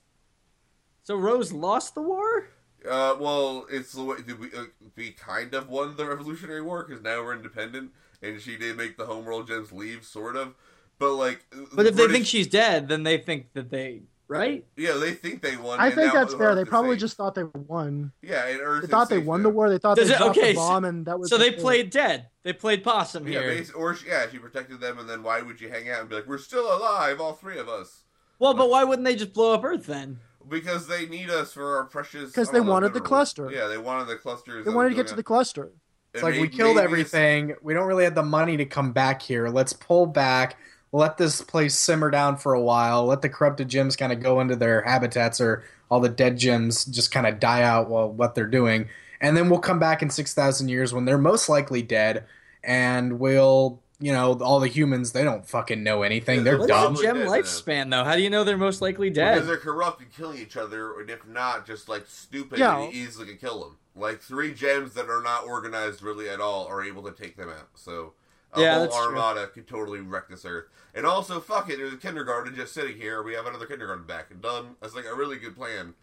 Speaker 3: So Rose lost the war.
Speaker 2: Uh, well, it's the way did we uh, we kind of won the Revolutionary War because now we're independent, and she did make the Homeworld gems leave, sort of. But like,
Speaker 3: But if they think she's dead, then they think that they right.
Speaker 2: yeah, they think they won.
Speaker 1: I
Speaker 2: and
Speaker 1: think
Speaker 2: that
Speaker 1: that's
Speaker 2: was
Speaker 1: fair.
Speaker 2: Earth
Speaker 1: They
Speaker 2: is
Speaker 1: probably
Speaker 2: safe.
Speaker 1: just thought they won.
Speaker 2: yeah, and Earth
Speaker 1: They
Speaker 2: is
Speaker 1: thought they
Speaker 2: safe
Speaker 1: won
Speaker 2: now.
Speaker 1: the war. They thought
Speaker 3: Does
Speaker 1: they
Speaker 3: it-
Speaker 1: dropped
Speaker 3: okay,
Speaker 1: the
Speaker 3: so-
Speaker 1: bomb, and that was
Speaker 3: So they
Speaker 1: it.
Speaker 3: played dead. They played possum
Speaker 2: Yeah,
Speaker 3: here.
Speaker 2: basi- or she, yeah, she protected them, and then why would you hang out and be like, "We're still alive, all three of us,"
Speaker 3: well, but why wouldn't they just blow up Earth then?
Speaker 2: because they need us for our precious.
Speaker 1: 'Cause
Speaker 2: I
Speaker 1: they
Speaker 2: don't know,
Speaker 1: wanted the
Speaker 2: minerals.
Speaker 1: cluster.
Speaker 2: Yeah, they wanted the clusters.
Speaker 1: They
Speaker 2: that
Speaker 1: wanted
Speaker 2: were
Speaker 1: to get to
Speaker 2: going
Speaker 1: the cluster.
Speaker 2: on.
Speaker 5: It's
Speaker 2: And
Speaker 5: like we
Speaker 2: may-
Speaker 5: killed
Speaker 2: maybe
Speaker 5: everything. We don't really have the money to come back here. Let's pull back. Let this place simmer down for a while. Let the corrupted gems kind of go into their habitats, or all the dead gems just kind of die out while what they're doing. And then we'll come back in six thousand years when they're most likely dead, and we'll, you know, all the humans they don't fucking know anything.
Speaker 2: Yeah,
Speaker 5: they're
Speaker 2: they're
Speaker 3: What's
Speaker 5: dumb.
Speaker 3: the
Speaker 2: Probably
Speaker 3: gem
Speaker 2: dead now.
Speaker 3: lifespan though? How do you know they're most likely
Speaker 2: Because
Speaker 3: dead?
Speaker 2: they're corrupt and killing each other, and if not, just like stupid
Speaker 1: Yeah.
Speaker 2: and you easily can kill them. Like three gems that are not organized really at all are able to take them out. So a
Speaker 3: Yeah,
Speaker 2: whole
Speaker 3: that's true.
Speaker 2: armada could totally wreck this earth. And also, fuck it, there's a kindergarten just sitting here. We have another kindergarten back and done. That's like a really good plan.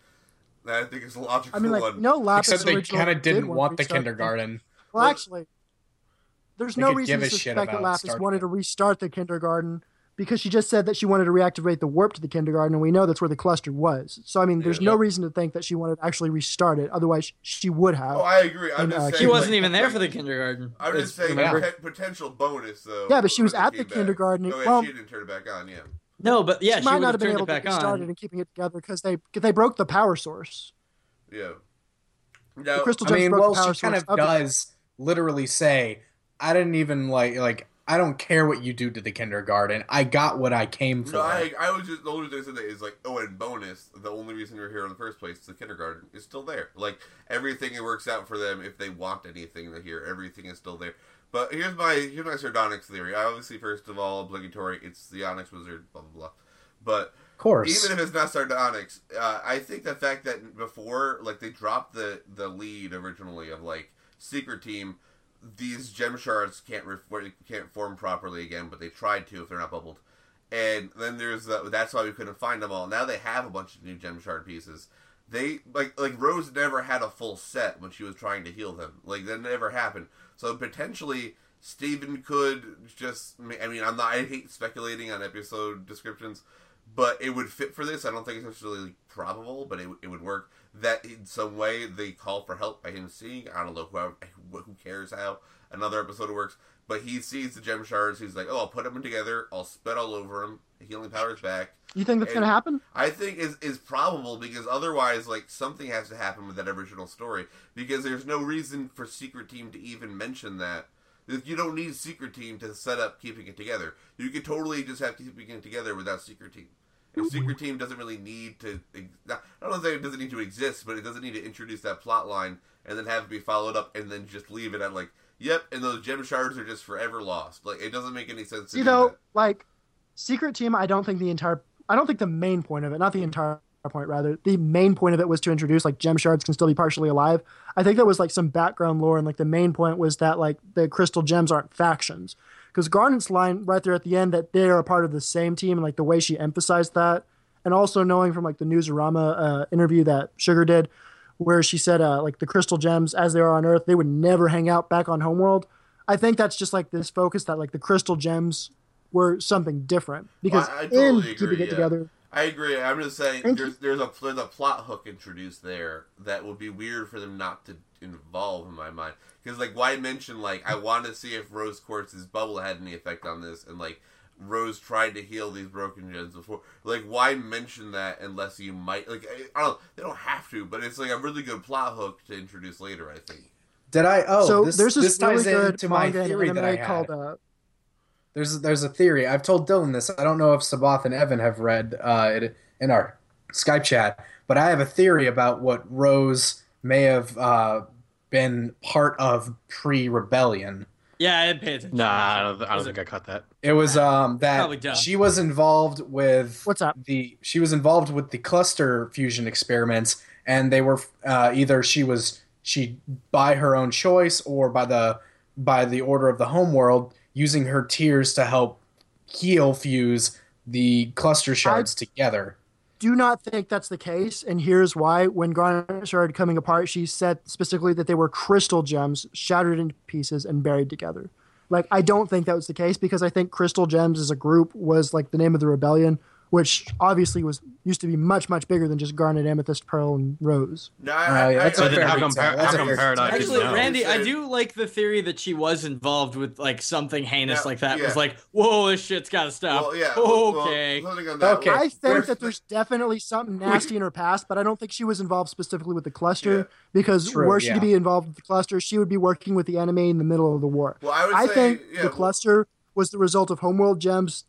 Speaker 2: That I think is a logical
Speaker 1: I mean, like
Speaker 2: one.
Speaker 1: no Lapis
Speaker 5: Except they
Speaker 1: original
Speaker 5: kind of
Speaker 1: did
Speaker 5: didn't
Speaker 1: one
Speaker 5: want the
Speaker 1: restart thing.
Speaker 5: kindergarten.
Speaker 1: Well,
Speaker 2: Well,
Speaker 1: actually, there's
Speaker 5: they
Speaker 1: no
Speaker 5: could
Speaker 1: reason
Speaker 5: give
Speaker 1: to
Speaker 5: a shit
Speaker 1: suspect that
Speaker 5: about
Speaker 1: Lapis
Speaker 5: Star
Speaker 1: wanted
Speaker 5: Trek.
Speaker 1: to restart the kindergarten because she just said that she wanted to reactivate the warp to the kindergarten, and we know that's where the cluster was. So, I mean, there's
Speaker 2: Yeah.
Speaker 1: no reason to think that she wanted to actually restart it. Otherwise, she would have.
Speaker 2: Oh, I agree. I'm
Speaker 1: And,
Speaker 2: just
Speaker 1: uh,
Speaker 2: saying,
Speaker 3: She wasn't
Speaker 2: like-
Speaker 3: even there
Speaker 2: like,
Speaker 3: for the kindergarten.
Speaker 2: I'm
Speaker 3: It's-
Speaker 2: just saying
Speaker 5: remember.
Speaker 2: poten- potential bonus though.
Speaker 1: Yeah, but she was
Speaker 2: when
Speaker 1: at
Speaker 2: they
Speaker 1: the
Speaker 2: came back.
Speaker 1: kindergarten.
Speaker 2: Oh, yeah,
Speaker 1: Well-
Speaker 2: she didn't turn it back on. Yeah,
Speaker 3: No, but yeah,
Speaker 1: she
Speaker 3: she,
Speaker 1: might
Speaker 3: would
Speaker 1: not
Speaker 3: have
Speaker 1: have been
Speaker 3: turned
Speaker 1: able to
Speaker 3: it back
Speaker 1: restart it
Speaker 3: on.
Speaker 1: and keeping it together because they 'cause they broke the power source.
Speaker 2: yeah.
Speaker 1: The
Speaker 2: Now,
Speaker 1: crystal
Speaker 5: I
Speaker 1: gems
Speaker 5: mean,
Speaker 1: broke
Speaker 5: well,
Speaker 1: the power
Speaker 5: she kind
Speaker 1: source
Speaker 5: of
Speaker 1: the-
Speaker 5: does literally say, "I didn't even like like I don't care what you do to the kindergarten. I got what I came for."
Speaker 2: No, I, I was just the only thing I said that is like, oh, and bonus, the only reason you're here in the first place, the kindergarten is still there. Like everything it works out for them if they want anything to hear, everything is still there. But here's my here's my sardonyx theory. Obviously, first of all, obligatory, it's the onyx wizard, blah blah blah. But
Speaker 5: of course.
Speaker 2: even if it's not sardonyx, uh, I think the fact that before, like they dropped the the lead originally of like secret team, these gem shards can't re- can't form properly again, but they tried to if they're not bubbled. And then there's the, that's why we couldn't find them all. Now they have a bunch of new gem shard pieces. They like like Rose never had a full set when she was trying to heal them. Like that never happened. So potentially Steven could just I mean I'm not I hate speculating on episode descriptions, but it would fit for this. I don't think it's necessarily probable, but it, it would work. That in some way they call for help by him seeing. I don't know who, who cares how another episode works, but he sees the gem shards. He's like, oh, I'll put them together. I'll spit all over him. Healing powers back.
Speaker 1: You think that's
Speaker 2: and-
Speaker 1: going to happen?
Speaker 2: I think is is probable because otherwise, like something has to happen with that original story because there's no reason for Secret Team to even mention that. You don't need Secret Team to set up keeping it together. You could totally just have keeping it together without Secret Team. If Secret Team doesn't really need to, I don't say it doesn't need to exist, but it doesn't need to introduce that plot line and then have it be followed up and then just leave it at like, yep, and those gem shards are just forever lost. Like it doesn't make any sense. To
Speaker 1: See
Speaker 2: do
Speaker 1: though,
Speaker 2: that.
Speaker 1: like Secret Team, I don't think the entire I don't think the main point of it, not the entire point rather, the main point of it was to introduce like gem shards can still be partially alive. I think that was like some background lore and like the main point was that like the crystal gems aren't factions. Because Garnet's line right there at the end that they are a part of the same team and like the way she emphasized that. And also knowing from like the Newsarama uh, interview that Sugar did, where she said uh, like the crystal gems as they are on Earth, they would never hang out back on Homeworld. I think that's just like this focus that like the crystal gems were something different because
Speaker 2: I- I totally
Speaker 1: in keeping
Speaker 2: agree,
Speaker 1: it
Speaker 2: yeah.
Speaker 1: together,
Speaker 2: I agree. I'm just saying
Speaker 1: Thank
Speaker 2: there's there's a there's a plot hook introduced there that would be weird for them not to involve in my mind because like why mention like I want to see if Rose Quartz's bubble had any effect on this and like Rose tried to heal these broken gems before like why mention that unless you might like I, I don't they don't have to but it's like a really good plot hook to introduce later I think
Speaker 5: Did I? Oh,
Speaker 1: so
Speaker 5: this,
Speaker 1: there's this,
Speaker 5: this ties
Speaker 1: really good
Speaker 5: into my
Speaker 1: manga and
Speaker 5: theory that I
Speaker 1: anime
Speaker 5: had.
Speaker 1: called uh,
Speaker 5: There's there's a theory. I've told Dylan this. I don't know if Sabath and Evan have read uh, it in our Skype chat, but I have a theory about what Rose may have uh, been part of pre-rebellion.
Speaker 3: Yeah, I didn't pay attention.
Speaker 4: Nah, I don't, I
Speaker 3: Was
Speaker 4: don't
Speaker 3: it-
Speaker 4: think I caught that.
Speaker 5: It was um,
Speaker 3: Probably
Speaker 5: that
Speaker 3: dumb.
Speaker 5: she was involved with
Speaker 1: What's up?
Speaker 5: the she was involved with the cluster fusion experiments, and they were uh, either she was she by her own choice or by the by the order of the homeworld using her tears to help heal fuse the cluster shards together.
Speaker 1: do not think that's the case, and here's why. When Garnet started coming apart, she said specifically that they were crystal gems shattered into pieces and buried together. Like I don't think that was the case because I think Crystal Gems as a group was like the name of the rebellion, which obviously was used to be much much bigger than just Garnet, Amethyst, Pearl, and Rose.
Speaker 2: No,
Speaker 5: Oh,
Speaker 2: I,
Speaker 5: yeah,
Speaker 2: I,
Speaker 5: that's
Speaker 2: I,
Speaker 5: a
Speaker 4: So then
Speaker 5: fair
Speaker 4: how come,
Speaker 5: reason.
Speaker 4: Par-
Speaker 5: That's
Speaker 4: how
Speaker 5: a
Speaker 4: come
Speaker 5: fair
Speaker 4: Paradox
Speaker 5: reason.
Speaker 4: is
Speaker 3: Actually,
Speaker 4: no?
Speaker 3: Randy, I
Speaker 2: Sure.
Speaker 3: do like the theory that she was involved with like something heinous
Speaker 2: Yeah,
Speaker 3: like that. It Was
Speaker 2: yeah.
Speaker 3: like, whoa, this shit's gotta stop.
Speaker 2: well, yeah. well,
Speaker 3: okay.
Speaker 2: well, holding on that,
Speaker 5: Okay.
Speaker 2: well,
Speaker 1: I think
Speaker 2: first-
Speaker 1: that there's definitely something nasty in her past, but I don't think she was involved specifically with the cluster
Speaker 2: Yeah.
Speaker 1: because
Speaker 5: True,
Speaker 1: were she
Speaker 5: yeah.
Speaker 1: to be involved with the cluster, she would be working with the enemy in the middle of the war.
Speaker 2: Well, I would
Speaker 1: I
Speaker 2: say,
Speaker 1: think
Speaker 2: yeah,
Speaker 1: the
Speaker 2: well-
Speaker 1: cluster was the result of Homeworld Gems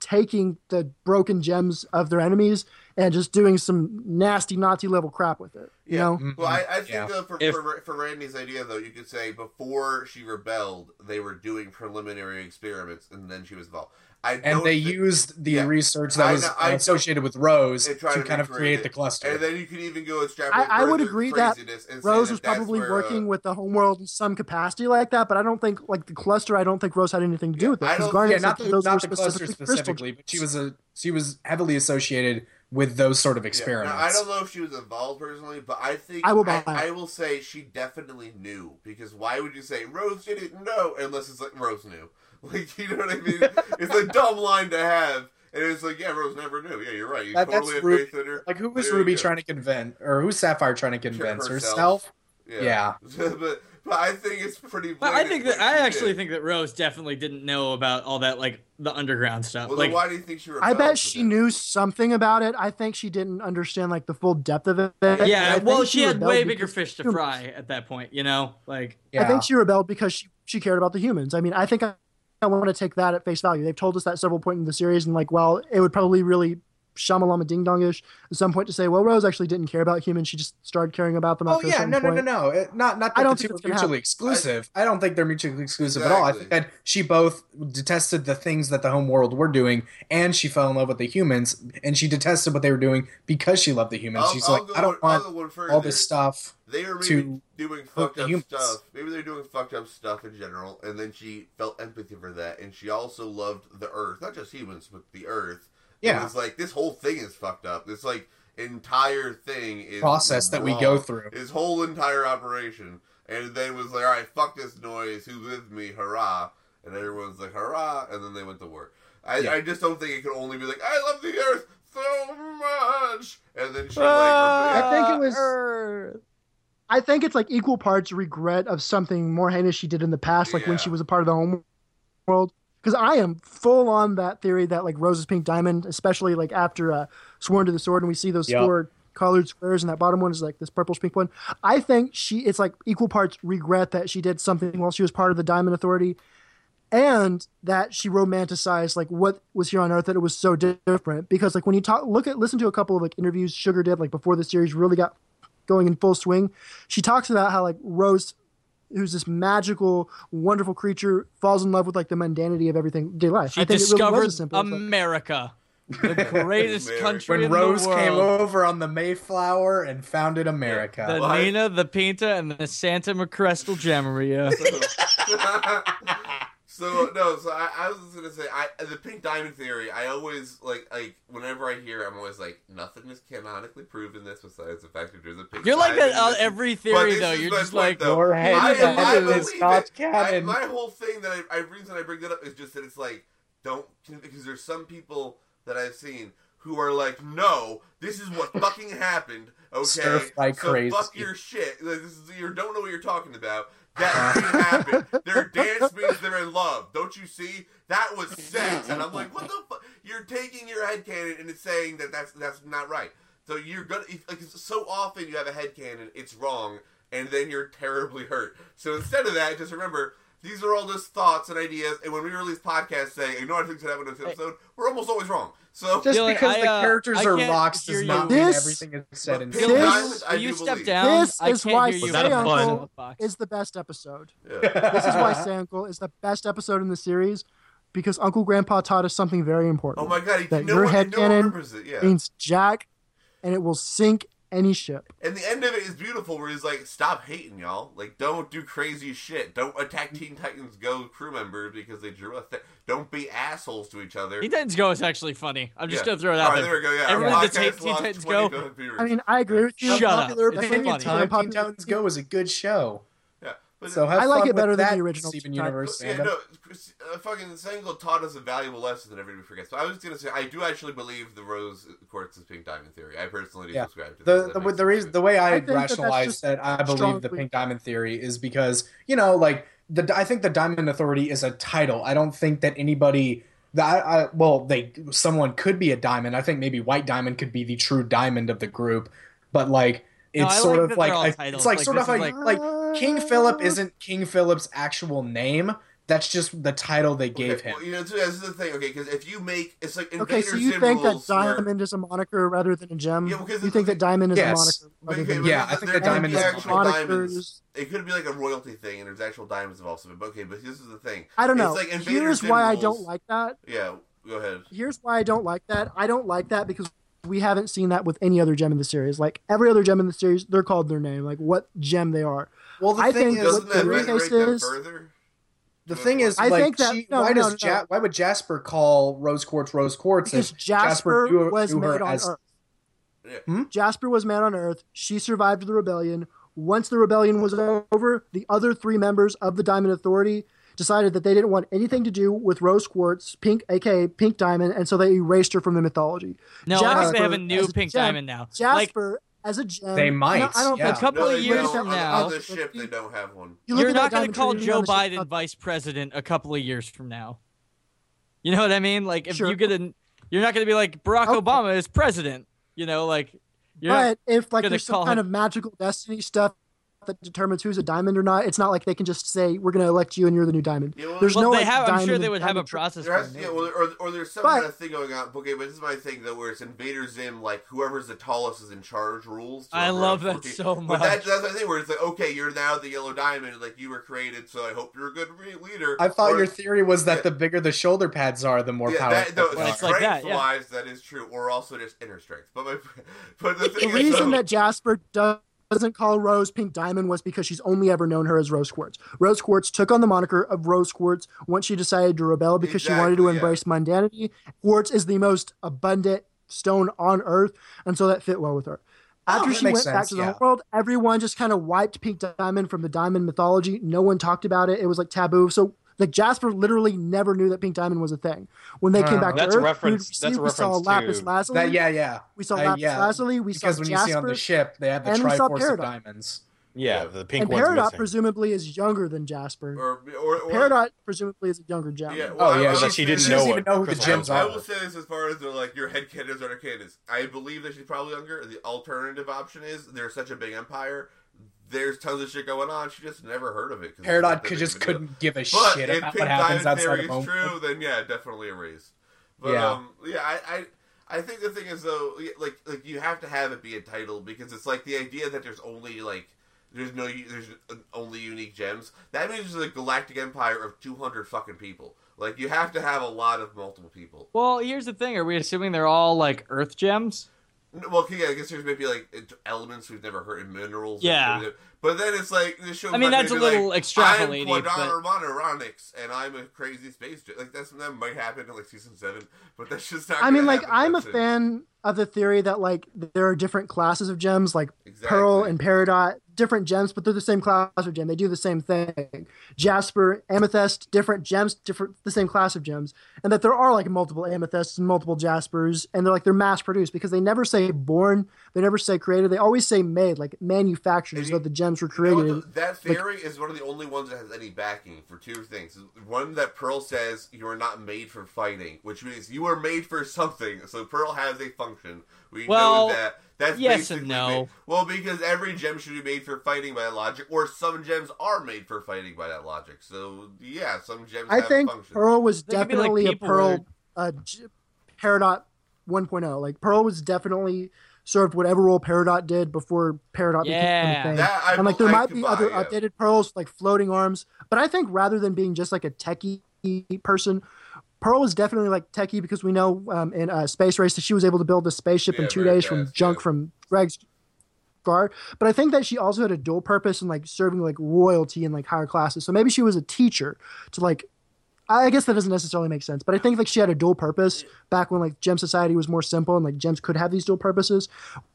Speaker 1: taking the broken gems of their enemies and just doing some nasty Nazi level crap with it. You
Speaker 2: Yeah.
Speaker 1: know?
Speaker 2: Well, I, I think
Speaker 5: Yeah.
Speaker 2: though for,
Speaker 3: If-
Speaker 2: for for Randy's idea though, you could say before she rebelled, they were doing preliminary experiments, and then she was involved. I
Speaker 5: Mm-hmm. And
Speaker 2: don't
Speaker 5: they
Speaker 2: thi-
Speaker 5: used the
Speaker 2: Yeah.
Speaker 5: research that
Speaker 2: I
Speaker 5: was
Speaker 2: know- I-
Speaker 5: associated with Rose
Speaker 2: They
Speaker 5: to
Speaker 2: tried to
Speaker 5: kind of
Speaker 2: recreate
Speaker 5: create
Speaker 2: it.
Speaker 5: the cluster.
Speaker 2: and then you could even go extrapolate.
Speaker 1: I, I would
Speaker 2: further
Speaker 1: agree that
Speaker 2: craziness and say
Speaker 1: Rose
Speaker 2: that
Speaker 1: was
Speaker 2: that's
Speaker 1: probably
Speaker 2: where, uh,
Speaker 1: working with the homeworld in some capacity like that, but I don't think like the cluster. I don't think Rose had anything to do
Speaker 2: Yeah,
Speaker 1: with it
Speaker 2: I
Speaker 1: because
Speaker 2: don't-
Speaker 1: Garnet
Speaker 5: yeah,
Speaker 1: said
Speaker 5: not
Speaker 1: that
Speaker 5: the,
Speaker 1: those were
Speaker 5: not the cluster
Speaker 1: specifically crystal
Speaker 5: specifically, but she
Speaker 1: gems.
Speaker 5: was a she was heavily associated with those sort of
Speaker 2: yeah.
Speaker 5: experiments.
Speaker 2: Now, I don't know if she was involved personally, but I think
Speaker 1: I will buy
Speaker 2: I,
Speaker 1: it.
Speaker 2: will say she definitely knew because why would you say Rose didn't know unless it's like Rose knew? Like you know what I mean? it's a dumb line to have, and it's like yeah, Rose never knew. Yeah, you're right. You
Speaker 5: That- that's
Speaker 2: totally have
Speaker 5: rude.
Speaker 2: faith in her.
Speaker 5: Like who was
Speaker 2: There you
Speaker 5: Ruby
Speaker 2: go.
Speaker 5: trying to convince, or who's Sapphire trying to convince herself?
Speaker 2: herself.
Speaker 5: Yeah.
Speaker 2: but, but I think it's pretty.
Speaker 3: But I
Speaker 2: blatant
Speaker 3: think
Speaker 2: what
Speaker 3: that I
Speaker 2: she
Speaker 3: actually
Speaker 2: did.
Speaker 3: think that Rose definitely didn't know about all that like the underground stuff.
Speaker 2: Well,
Speaker 3: like
Speaker 2: then why do you think she?
Speaker 1: I
Speaker 2: rebelled
Speaker 1: bet
Speaker 2: for
Speaker 1: she
Speaker 2: that?
Speaker 1: knew something about it. I think she didn't understand like the full depth of it.
Speaker 3: Yeah,
Speaker 1: I
Speaker 3: well,
Speaker 1: think
Speaker 3: she had
Speaker 1: rebelled
Speaker 3: way bigger
Speaker 1: because-
Speaker 3: fish to
Speaker 1: humans.
Speaker 3: fry at that point, you know? Like,
Speaker 5: Yeah.
Speaker 1: I think she rebelled because she, she cared about the humans. I mean, I think I, I want to take that at face value. They've told us that several points in the series, and like, well, it would probably really shamalama ding dongish at some point to say, well, Rose actually didn't care about humans. She just started caring about them.
Speaker 5: Oh
Speaker 1: after a
Speaker 5: yeah,
Speaker 1: certain
Speaker 5: no, no,
Speaker 1: point.
Speaker 5: no, no. It, not not that
Speaker 1: I don't
Speaker 5: the
Speaker 1: think
Speaker 5: two
Speaker 1: it's
Speaker 5: are
Speaker 1: gonna
Speaker 5: mutually
Speaker 1: happen.
Speaker 5: exclusive. I, don't think they're mutually exclusive at all. I think
Speaker 2: Exactly.
Speaker 5: that she both detested the things that the home world were doing, and she fell in love with the humans, and she detested what they were doing because she loved the humans.
Speaker 2: I'll-
Speaker 5: She's
Speaker 2: I'll
Speaker 5: like,
Speaker 2: go one-
Speaker 5: I don't
Speaker 2: I'll
Speaker 5: want
Speaker 2: go one further.
Speaker 5: all this stuff.
Speaker 2: They were maybe
Speaker 5: to
Speaker 2: doing
Speaker 5: hurt
Speaker 2: fucked
Speaker 5: the
Speaker 2: up
Speaker 5: humans.
Speaker 2: stuff. Maybe they're doing fucked up stuff in general, and then she felt empathy for that, and she also loved the Earth, not just humans, but the Earth.
Speaker 5: Yeah.
Speaker 2: it's like this whole thing is fucked up. This like entire thing is
Speaker 5: Process that we go
Speaker 2: wrong.
Speaker 5: through.
Speaker 2: His whole entire operation, and then was like, all right, fuck this noise. Who's with me? Hurrah! And everyone's like, hurrah! And then they went to work. I,
Speaker 5: Yeah.
Speaker 2: I just don't think it could only be like, I love the Earth so much, and then she
Speaker 1: I
Speaker 2: like.
Speaker 3: Ah.
Speaker 1: think it was- I think it's like equal parts regret of something more heinous she did in the past, like
Speaker 2: Yeah.
Speaker 1: when she was a part of the home world. Because I am full on that theory that like Rose's pink diamond, especially like after uh, Sworn to the Sword, and we see those
Speaker 5: Yep.
Speaker 1: four colored squares, and that bottom one is like this purplish pink one. I think she it's like equal parts regret that she did something while she was part of the Diamond Authority, and that she romanticized like what was here on Earth that it was so di- different. Because like when you talk, look at listen to a couple of like interviews Sugar did like before the series really got going in full swing. She talks about how like Rose, who's this magical, wonderful creature, falls in love with like the mundanity of everything day life.
Speaker 3: she
Speaker 1: I think it really
Speaker 3: discovered
Speaker 1: was as simple. as, like,
Speaker 3: America, the greatest
Speaker 2: America.
Speaker 3: country
Speaker 5: When
Speaker 3: in
Speaker 5: Rose
Speaker 3: the world.
Speaker 5: came over on the Mayflower and founded America.
Speaker 3: the
Speaker 2: Well, I-
Speaker 3: Nina, the Pinta, and the Santa Macrestal Gemaria.
Speaker 2: so no, so I, I was just gonna say I the pink diamond theory. I always like like whenever I hear, it, I'm always like nothing is canonically proven this besides the fact that there's a pink.
Speaker 3: You're like that uh,
Speaker 2: diamond
Speaker 3: on
Speaker 2: and this-
Speaker 3: every
Speaker 2: but
Speaker 3: theory,
Speaker 2: this
Speaker 3: though.
Speaker 2: is
Speaker 3: You're
Speaker 2: my
Speaker 3: just
Speaker 2: point,
Speaker 3: like,
Speaker 2: though.
Speaker 5: Your
Speaker 2: I,
Speaker 5: head
Speaker 2: I,
Speaker 5: is
Speaker 2: believe
Speaker 5: not
Speaker 2: it. I-
Speaker 5: canon.
Speaker 2: my whole thing that I, I reason I bring that up is just that it's like don't because there's some people that I've seen who are like, no, this is what fucking happened. Okay,
Speaker 5: Surf like
Speaker 2: so
Speaker 5: crazy.
Speaker 2: fuck your shit. Like, This is, you don't know what you're talking about.
Speaker 1: Uh-huh.
Speaker 2: That did happen. Their dance means they're in love. Don't you see? That was sex. And I'm like, what the fuck? You're taking your headcanon and it's saying that that's that's not right. So you're gonna if- like so often you have a headcanon, it's wrong, and then you're terribly hurt. So instead of that, just remember these are all just thoughts and ideas. And when we release podcasts saying, ignore things that happened in this episode, we're almost always wrong. So
Speaker 5: Just
Speaker 3: Dylan,
Speaker 5: because
Speaker 3: I,
Speaker 5: the
Speaker 3: uh,
Speaker 5: characters
Speaker 3: I
Speaker 5: are
Speaker 3: can't
Speaker 5: locks
Speaker 3: hear
Speaker 5: does
Speaker 3: you.
Speaker 5: not mean
Speaker 1: This-
Speaker 5: everything is said and
Speaker 2: This-
Speaker 5: said.
Speaker 3: Dylan,
Speaker 2: This-
Speaker 3: will you
Speaker 2: I do
Speaker 3: step
Speaker 2: believe.
Speaker 3: down?
Speaker 1: This
Speaker 3: I
Speaker 1: is
Speaker 3: can't
Speaker 1: why
Speaker 3: hear you.
Speaker 4: Was that a
Speaker 3: You're
Speaker 4: pun?
Speaker 3: in the box.
Speaker 1: Is the best episode.
Speaker 2: yeah.
Speaker 1: This is why Sankel is the best episode in the series because Uncle Grandpa taught us something very important.
Speaker 2: Oh my god, he,
Speaker 1: That
Speaker 2: no,
Speaker 1: your
Speaker 2: one, no one
Speaker 1: headcanon
Speaker 2: remembers it. Yeah.
Speaker 1: means Jack, and it will sink any ship.
Speaker 2: And the end of it is beautiful, where he's like, "Stop hating, y'all. Like, don't do crazy shit. Don't attack Teen Titans Go crew members because they drew a thing. Don't be assholes to each other."
Speaker 3: Teen Titans Go is actually funny. I'm just
Speaker 2: Yeah.
Speaker 3: gonna throw it
Speaker 2: All
Speaker 3: out
Speaker 2: right,
Speaker 3: there.
Speaker 2: there we go. Yeah,
Speaker 3: Everyone
Speaker 2: our
Speaker 3: that's hate
Speaker 2: podcast
Speaker 3: Teen
Speaker 2: lost
Speaker 3: Titans
Speaker 2: 20
Speaker 3: Go-
Speaker 2: viewers.
Speaker 1: I mean, I agree with you.
Speaker 3: Shut up.
Speaker 1: Unpopular
Speaker 3: It's
Speaker 1: opinion,
Speaker 3: funny.
Speaker 5: Time Teen
Speaker 1: unpopular
Speaker 5: Titans Go was a good show.
Speaker 2: yeah. But
Speaker 5: So have
Speaker 1: I like
Speaker 5: fun
Speaker 1: it
Speaker 5: with
Speaker 1: better than
Speaker 5: that,
Speaker 1: the original
Speaker 5: Steven
Speaker 1: Superman.
Speaker 5: Universe.
Speaker 2: Yeah,
Speaker 5: fandom.
Speaker 2: no, Chris- uh, fucking Sengal taught us a valuable lesson that everybody forgets. But I was gonna say, I do actually believe the rose quartz is pink diamond theory. I personally do
Speaker 5: Yeah.
Speaker 2: subscribe to that.
Speaker 5: the
Speaker 2: That
Speaker 5: the,
Speaker 2: makes
Speaker 5: the
Speaker 2: sense
Speaker 5: reason
Speaker 2: to
Speaker 5: the way
Speaker 1: I
Speaker 5: I,
Speaker 1: think that that's
Speaker 5: rationalize
Speaker 1: just
Speaker 5: that, I believe the
Speaker 1: strongly-
Speaker 5: pink diamond theory is because you know like the I think the diamond authority is a title. I don't think that anybody that I, I well they someone could be a diamond. I think maybe white diamond could be the true diamond of the group, but like
Speaker 3: No,
Speaker 5: it's
Speaker 3: I
Speaker 5: sort
Speaker 3: like
Speaker 5: of
Speaker 3: that
Speaker 5: like
Speaker 3: they're all
Speaker 5: a- it's
Speaker 3: titles.
Speaker 5: like,
Speaker 3: Like,
Speaker 5: sort
Speaker 3: this
Speaker 5: of
Speaker 3: is
Speaker 5: like, like King Philip isn't King Philip's actual name. That's just the title they
Speaker 2: Okay,
Speaker 5: gave him.
Speaker 2: Well, you know, too, that's the thing. Okay, because if you make it's like Invader
Speaker 1: Okay, so you
Speaker 2: Zim
Speaker 1: think that
Speaker 2: rules where-
Speaker 1: diamond is a moniker rather than a gem?
Speaker 2: Yeah, because
Speaker 1: you
Speaker 2: it's-
Speaker 1: think that diamond is
Speaker 5: Yes.
Speaker 1: a moniker?
Speaker 2: okay,
Speaker 1: Rather than
Speaker 2: but
Speaker 5: Yeah,
Speaker 2: there's-
Speaker 5: I think
Speaker 2: there
Speaker 5: that
Speaker 2: could
Speaker 5: diamond
Speaker 2: be
Speaker 5: is
Speaker 2: actual
Speaker 1: monikers.
Speaker 2: diamonds. It could be like a royalty thing, and there's actual diamonds involved. But okay, but this is the thing.
Speaker 1: I don't
Speaker 2: It's
Speaker 1: know.
Speaker 2: like Invader
Speaker 1: Here's
Speaker 2: Zim
Speaker 1: why I
Speaker 2: rules.
Speaker 1: don't like that.
Speaker 2: Yeah, go ahead.
Speaker 1: Here's why I don't like that. I don't like that because we haven't seen that with any other gem in the series. Like every other gem in the series, they're called their name, like what gem they are.
Speaker 5: Well, the
Speaker 1: I
Speaker 5: thing
Speaker 1: think
Speaker 5: is,
Speaker 1: what
Speaker 2: Doesn't
Speaker 1: the
Speaker 2: that
Speaker 1: real
Speaker 2: break, break
Speaker 1: case
Speaker 2: that
Speaker 1: is-
Speaker 2: further?
Speaker 5: The thing is,
Speaker 1: I
Speaker 5: like,
Speaker 1: think that-
Speaker 5: she,
Speaker 1: no,
Speaker 5: why
Speaker 1: no,
Speaker 5: does
Speaker 1: no.
Speaker 5: Ja- why would Jasper call Rose Quartz Rose Quartz?
Speaker 1: Because
Speaker 5: if
Speaker 1: Jasper,
Speaker 5: knew-
Speaker 1: was
Speaker 5: knew her
Speaker 1: made on
Speaker 5: as-
Speaker 1: Earth.
Speaker 2: Yeah.
Speaker 5: Hmm?
Speaker 1: Jasper was man on Earth. She survived the rebellion. Once the rebellion was over, the other three members of the Diamond Authority decided that they didn't want anything to do with Rose Quartz, Pink, aka Pink Diamond, and so they erased her from the mythology.
Speaker 3: No, I think
Speaker 1: Jasper
Speaker 3: they have a new
Speaker 1: as a
Speaker 3: pink
Speaker 1: gem-
Speaker 3: diamond now. like
Speaker 1: Jasper as a gem.
Speaker 5: They might,
Speaker 1: No, I don't
Speaker 5: yeah.
Speaker 3: a
Speaker 1: think
Speaker 3: couple
Speaker 2: No,
Speaker 3: of
Speaker 2: they
Speaker 3: years
Speaker 2: don't.
Speaker 3: from
Speaker 2: on,
Speaker 3: now,
Speaker 2: on the ship they don't have one.
Speaker 1: you look
Speaker 3: you're
Speaker 1: at that
Speaker 3: not going
Speaker 1: Diamond
Speaker 3: to call
Speaker 1: Trinity
Speaker 3: Joe
Speaker 1: on the ship,
Speaker 3: Biden vice president a couple of years from now. You know what I mean? Like if
Speaker 1: Sure.
Speaker 3: you get an, you're not going to be like Barack
Speaker 1: Okay.
Speaker 3: Obama is president. You know, like you're not-
Speaker 1: But if like
Speaker 3: gonna
Speaker 1: there's
Speaker 3: call
Speaker 1: some kind
Speaker 3: him-
Speaker 1: of magical destiny stuff that determines who's a diamond or not, it's not like they can just say we're going to elect you and you're the new diamond.
Speaker 2: Yeah, well,
Speaker 1: there's
Speaker 3: well,
Speaker 1: no.
Speaker 3: they
Speaker 1: like,
Speaker 3: have. I'm
Speaker 1: diamond
Speaker 3: sure
Speaker 1: and
Speaker 3: they would have a
Speaker 1: diamond trinity.
Speaker 3: process.
Speaker 2: There has,
Speaker 3: for
Speaker 2: yeah,
Speaker 3: it.
Speaker 2: or, or, or there's some
Speaker 1: But-
Speaker 2: kind of thing going on. Okay, but this is my thing though, where it's Invader Zim, like whoever's the tallest is in charge rules. to
Speaker 3: I
Speaker 2: everyone
Speaker 3: love that
Speaker 2: 14.
Speaker 3: so
Speaker 2: But that,
Speaker 3: much.
Speaker 2: that's my thing, where it's like, okay, you're now the Yellow Diamond, like you were created, so I hope you're a good re- leader.
Speaker 5: I thought
Speaker 2: Or-
Speaker 5: your theory was that
Speaker 2: Yeah.
Speaker 5: the bigger the shoulder pads are, the more
Speaker 2: yeah,
Speaker 5: powerful.
Speaker 2: that, no,
Speaker 5: they
Speaker 3: Well, it's
Speaker 5: are.
Speaker 3: like that, yeah.
Speaker 2: strength-wise, that is true, or also just inner strength. But my, but the
Speaker 1: the
Speaker 2: thing is,
Speaker 1: reason
Speaker 2: though-
Speaker 1: that Jasper does. Doesn't call Rose Pink Diamond was because she's only ever known her as Rose Quartz. Rose Quartz took on the moniker of Rose Quartz once she decided to rebel because she wanted to
Speaker 2: Exactly, yeah.
Speaker 1: embrace mundanity. Quartz is the most abundant stone on Earth, and so that fit well with her. After
Speaker 5: Oh, that
Speaker 1: she went
Speaker 5: makes
Speaker 1: back
Speaker 5: sense,
Speaker 1: to the
Speaker 5: yeah.
Speaker 1: world, everyone just kind of wiped Pink Diamond from the diamond mythology. No one talked about it. It was like taboo. So like Jasper literally never knew that Pink Diamond was a thing. When they
Speaker 5: Wow.
Speaker 1: came back
Speaker 4: That's
Speaker 1: to
Speaker 4: a
Speaker 1: Earth,
Speaker 4: reference-
Speaker 1: we,
Speaker 4: that's a
Speaker 1: we saw
Speaker 4: reference
Speaker 1: Lapis
Speaker 4: to-
Speaker 1: Lazuli.
Speaker 5: That- yeah, yeah.
Speaker 1: We saw
Speaker 5: Uh,
Speaker 1: Lapis
Speaker 5: yeah.
Speaker 1: Lazuli. We
Speaker 5: because
Speaker 1: saw
Speaker 5: when
Speaker 1: Jasper.
Speaker 5: you see on the ship, they have the
Speaker 1: and we saw
Speaker 5: Triforce of
Speaker 1: Peridot.
Speaker 5: diamonds.
Speaker 4: Yeah, the pink
Speaker 1: and
Speaker 4: one's
Speaker 1: Peridot
Speaker 4: missing.
Speaker 1: presumably is younger than Jasper.
Speaker 2: or, or, or
Speaker 1: Peridot presumably is a younger Jasper.
Speaker 2: Yeah, well,
Speaker 5: Oh
Speaker 2: I- I
Speaker 5: yeah,
Speaker 2: would
Speaker 4: that she
Speaker 2: say-
Speaker 4: didn't
Speaker 5: she
Speaker 4: know
Speaker 5: doesn't
Speaker 4: what
Speaker 5: even know who the
Speaker 4: Crystal
Speaker 5: gems
Speaker 4: Gems
Speaker 2: I
Speaker 5: are.
Speaker 2: will say this as far as the, like your head candidates are candidates. I believe that she's probably younger. The alternative option is there's such a big empire. There's tons of shit going on. She just never heard of it. 'cause it's not
Speaker 5: Peridot
Speaker 2: that
Speaker 5: could
Speaker 2: big of
Speaker 5: just
Speaker 2: a deal.
Speaker 5: couldn't give a
Speaker 2: But
Speaker 5: shit
Speaker 2: if
Speaker 5: about
Speaker 2: Pink
Speaker 5: what happens
Speaker 2: Diamond
Speaker 5: outside
Speaker 2: theory
Speaker 5: of
Speaker 2: is
Speaker 5: home.
Speaker 2: true, then yeah, definitely a raise. But
Speaker 5: Yeah.
Speaker 2: um, yeah, I, I, I think the thing is though, yeah, like, like you have to have it be a title because it's like the idea that there's only like. There's no, there's only unique gems. That means there's a galactic empire of 200 fucking people. Like, you have to have a lot of multiple people.
Speaker 3: well, here's the thing: Are we assuming they're all like Earth gems?
Speaker 2: No, Well, okay, yeah, I guess there's maybe like it- elements we've never heard, and minerals.
Speaker 3: Yeah.
Speaker 2: and- But then it's like the show.
Speaker 3: I mean, that's a little
Speaker 2: like,
Speaker 3: extrapolating,
Speaker 2: I'm
Speaker 3: but-
Speaker 2: Quadronironix, and I'm a crazy space. Jet. Like that's that might happen in like season seven, but that's just not.
Speaker 1: I mean,
Speaker 2: gonna
Speaker 1: like
Speaker 2: happen
Speaker 1: I'm a
Speaker 2: that soon.
Speaker 1: fan of the theory that like there are different classes of gems, like
Speaker 2: Exactly.
Speaker 1: Pearl and Peridot, different gems, but they're the same class of gem. They do the same thing. Jasper, Amethyst, different gems, different the same class of gems, and that there are like multiple amethysts and multiple Jaspers, and they're like they're mass produced because they never say born, they never say created, they always say made, like manufactured,
Speaker 2: And
Speaker 1: as
Speaker 2: you-
Speaker 1: though the gems were
Speaker 2: You know
Speaker 1: created.
Speaker 2: what, though? that theory is one of the only ones that has any backing for two things. One that Pearl says you are not made for fighting, which means you are made for something. So Pearl has a function. We
Speaker 3: Well,
Speaker 2: know that. That's
Speaker 3: yes and
Speaker 2: basically
Speaker 3: no.
Speaker 2: ma- well, because every gem should be made for fighting by that logic, or some gems are made for fighting by that logic. So yeah, some gems.
Speaker 1: I
Speaker 2: have
Speaker 1: think
Speaker 2: functions.
Speaker 1: Pearl was
Speaker 3: They could be, like,
Speaker 1: definitely a
Speaker 3: people
Speaker 1: Pearl uh, J- Peridot 1.0. Like Pearl was definitely served whatever role Peridot did before Peridot
Speaker 3: Yeah.
Speaker 1: became a thing.
Speaker 2: That I
Speaker 1: and like there
Speaker 2: bel- I
Speaker 1: might
Speaker 2: could
Speaker 1: be
Speaker 2: buy,
Speaker 1: other
Speaker 2: yeah.
Speaker 1: updated Pearls like floating arms, but I think rather than being just like a techie person. Pearl was definitely like techie because we know um, in uh, Space Race that she was able to build a spaceship
Speaker 2: Yeah,
Speaker 1: in two
Speaker 2: very
Speaker 1: days from
Speaker 2: fast,
Speaker 1: junk
Speaker 2: yeah.
Speaker 1: from Greg's guard. But I think that she also had a dual purpose in like serving like royalty and like higher classes. So maybe she was a teacher to like I guess that doesn't necessarily make sense, but I think like she had a dual purpose back when like gem society was more simple and like gems could have these dual purposes.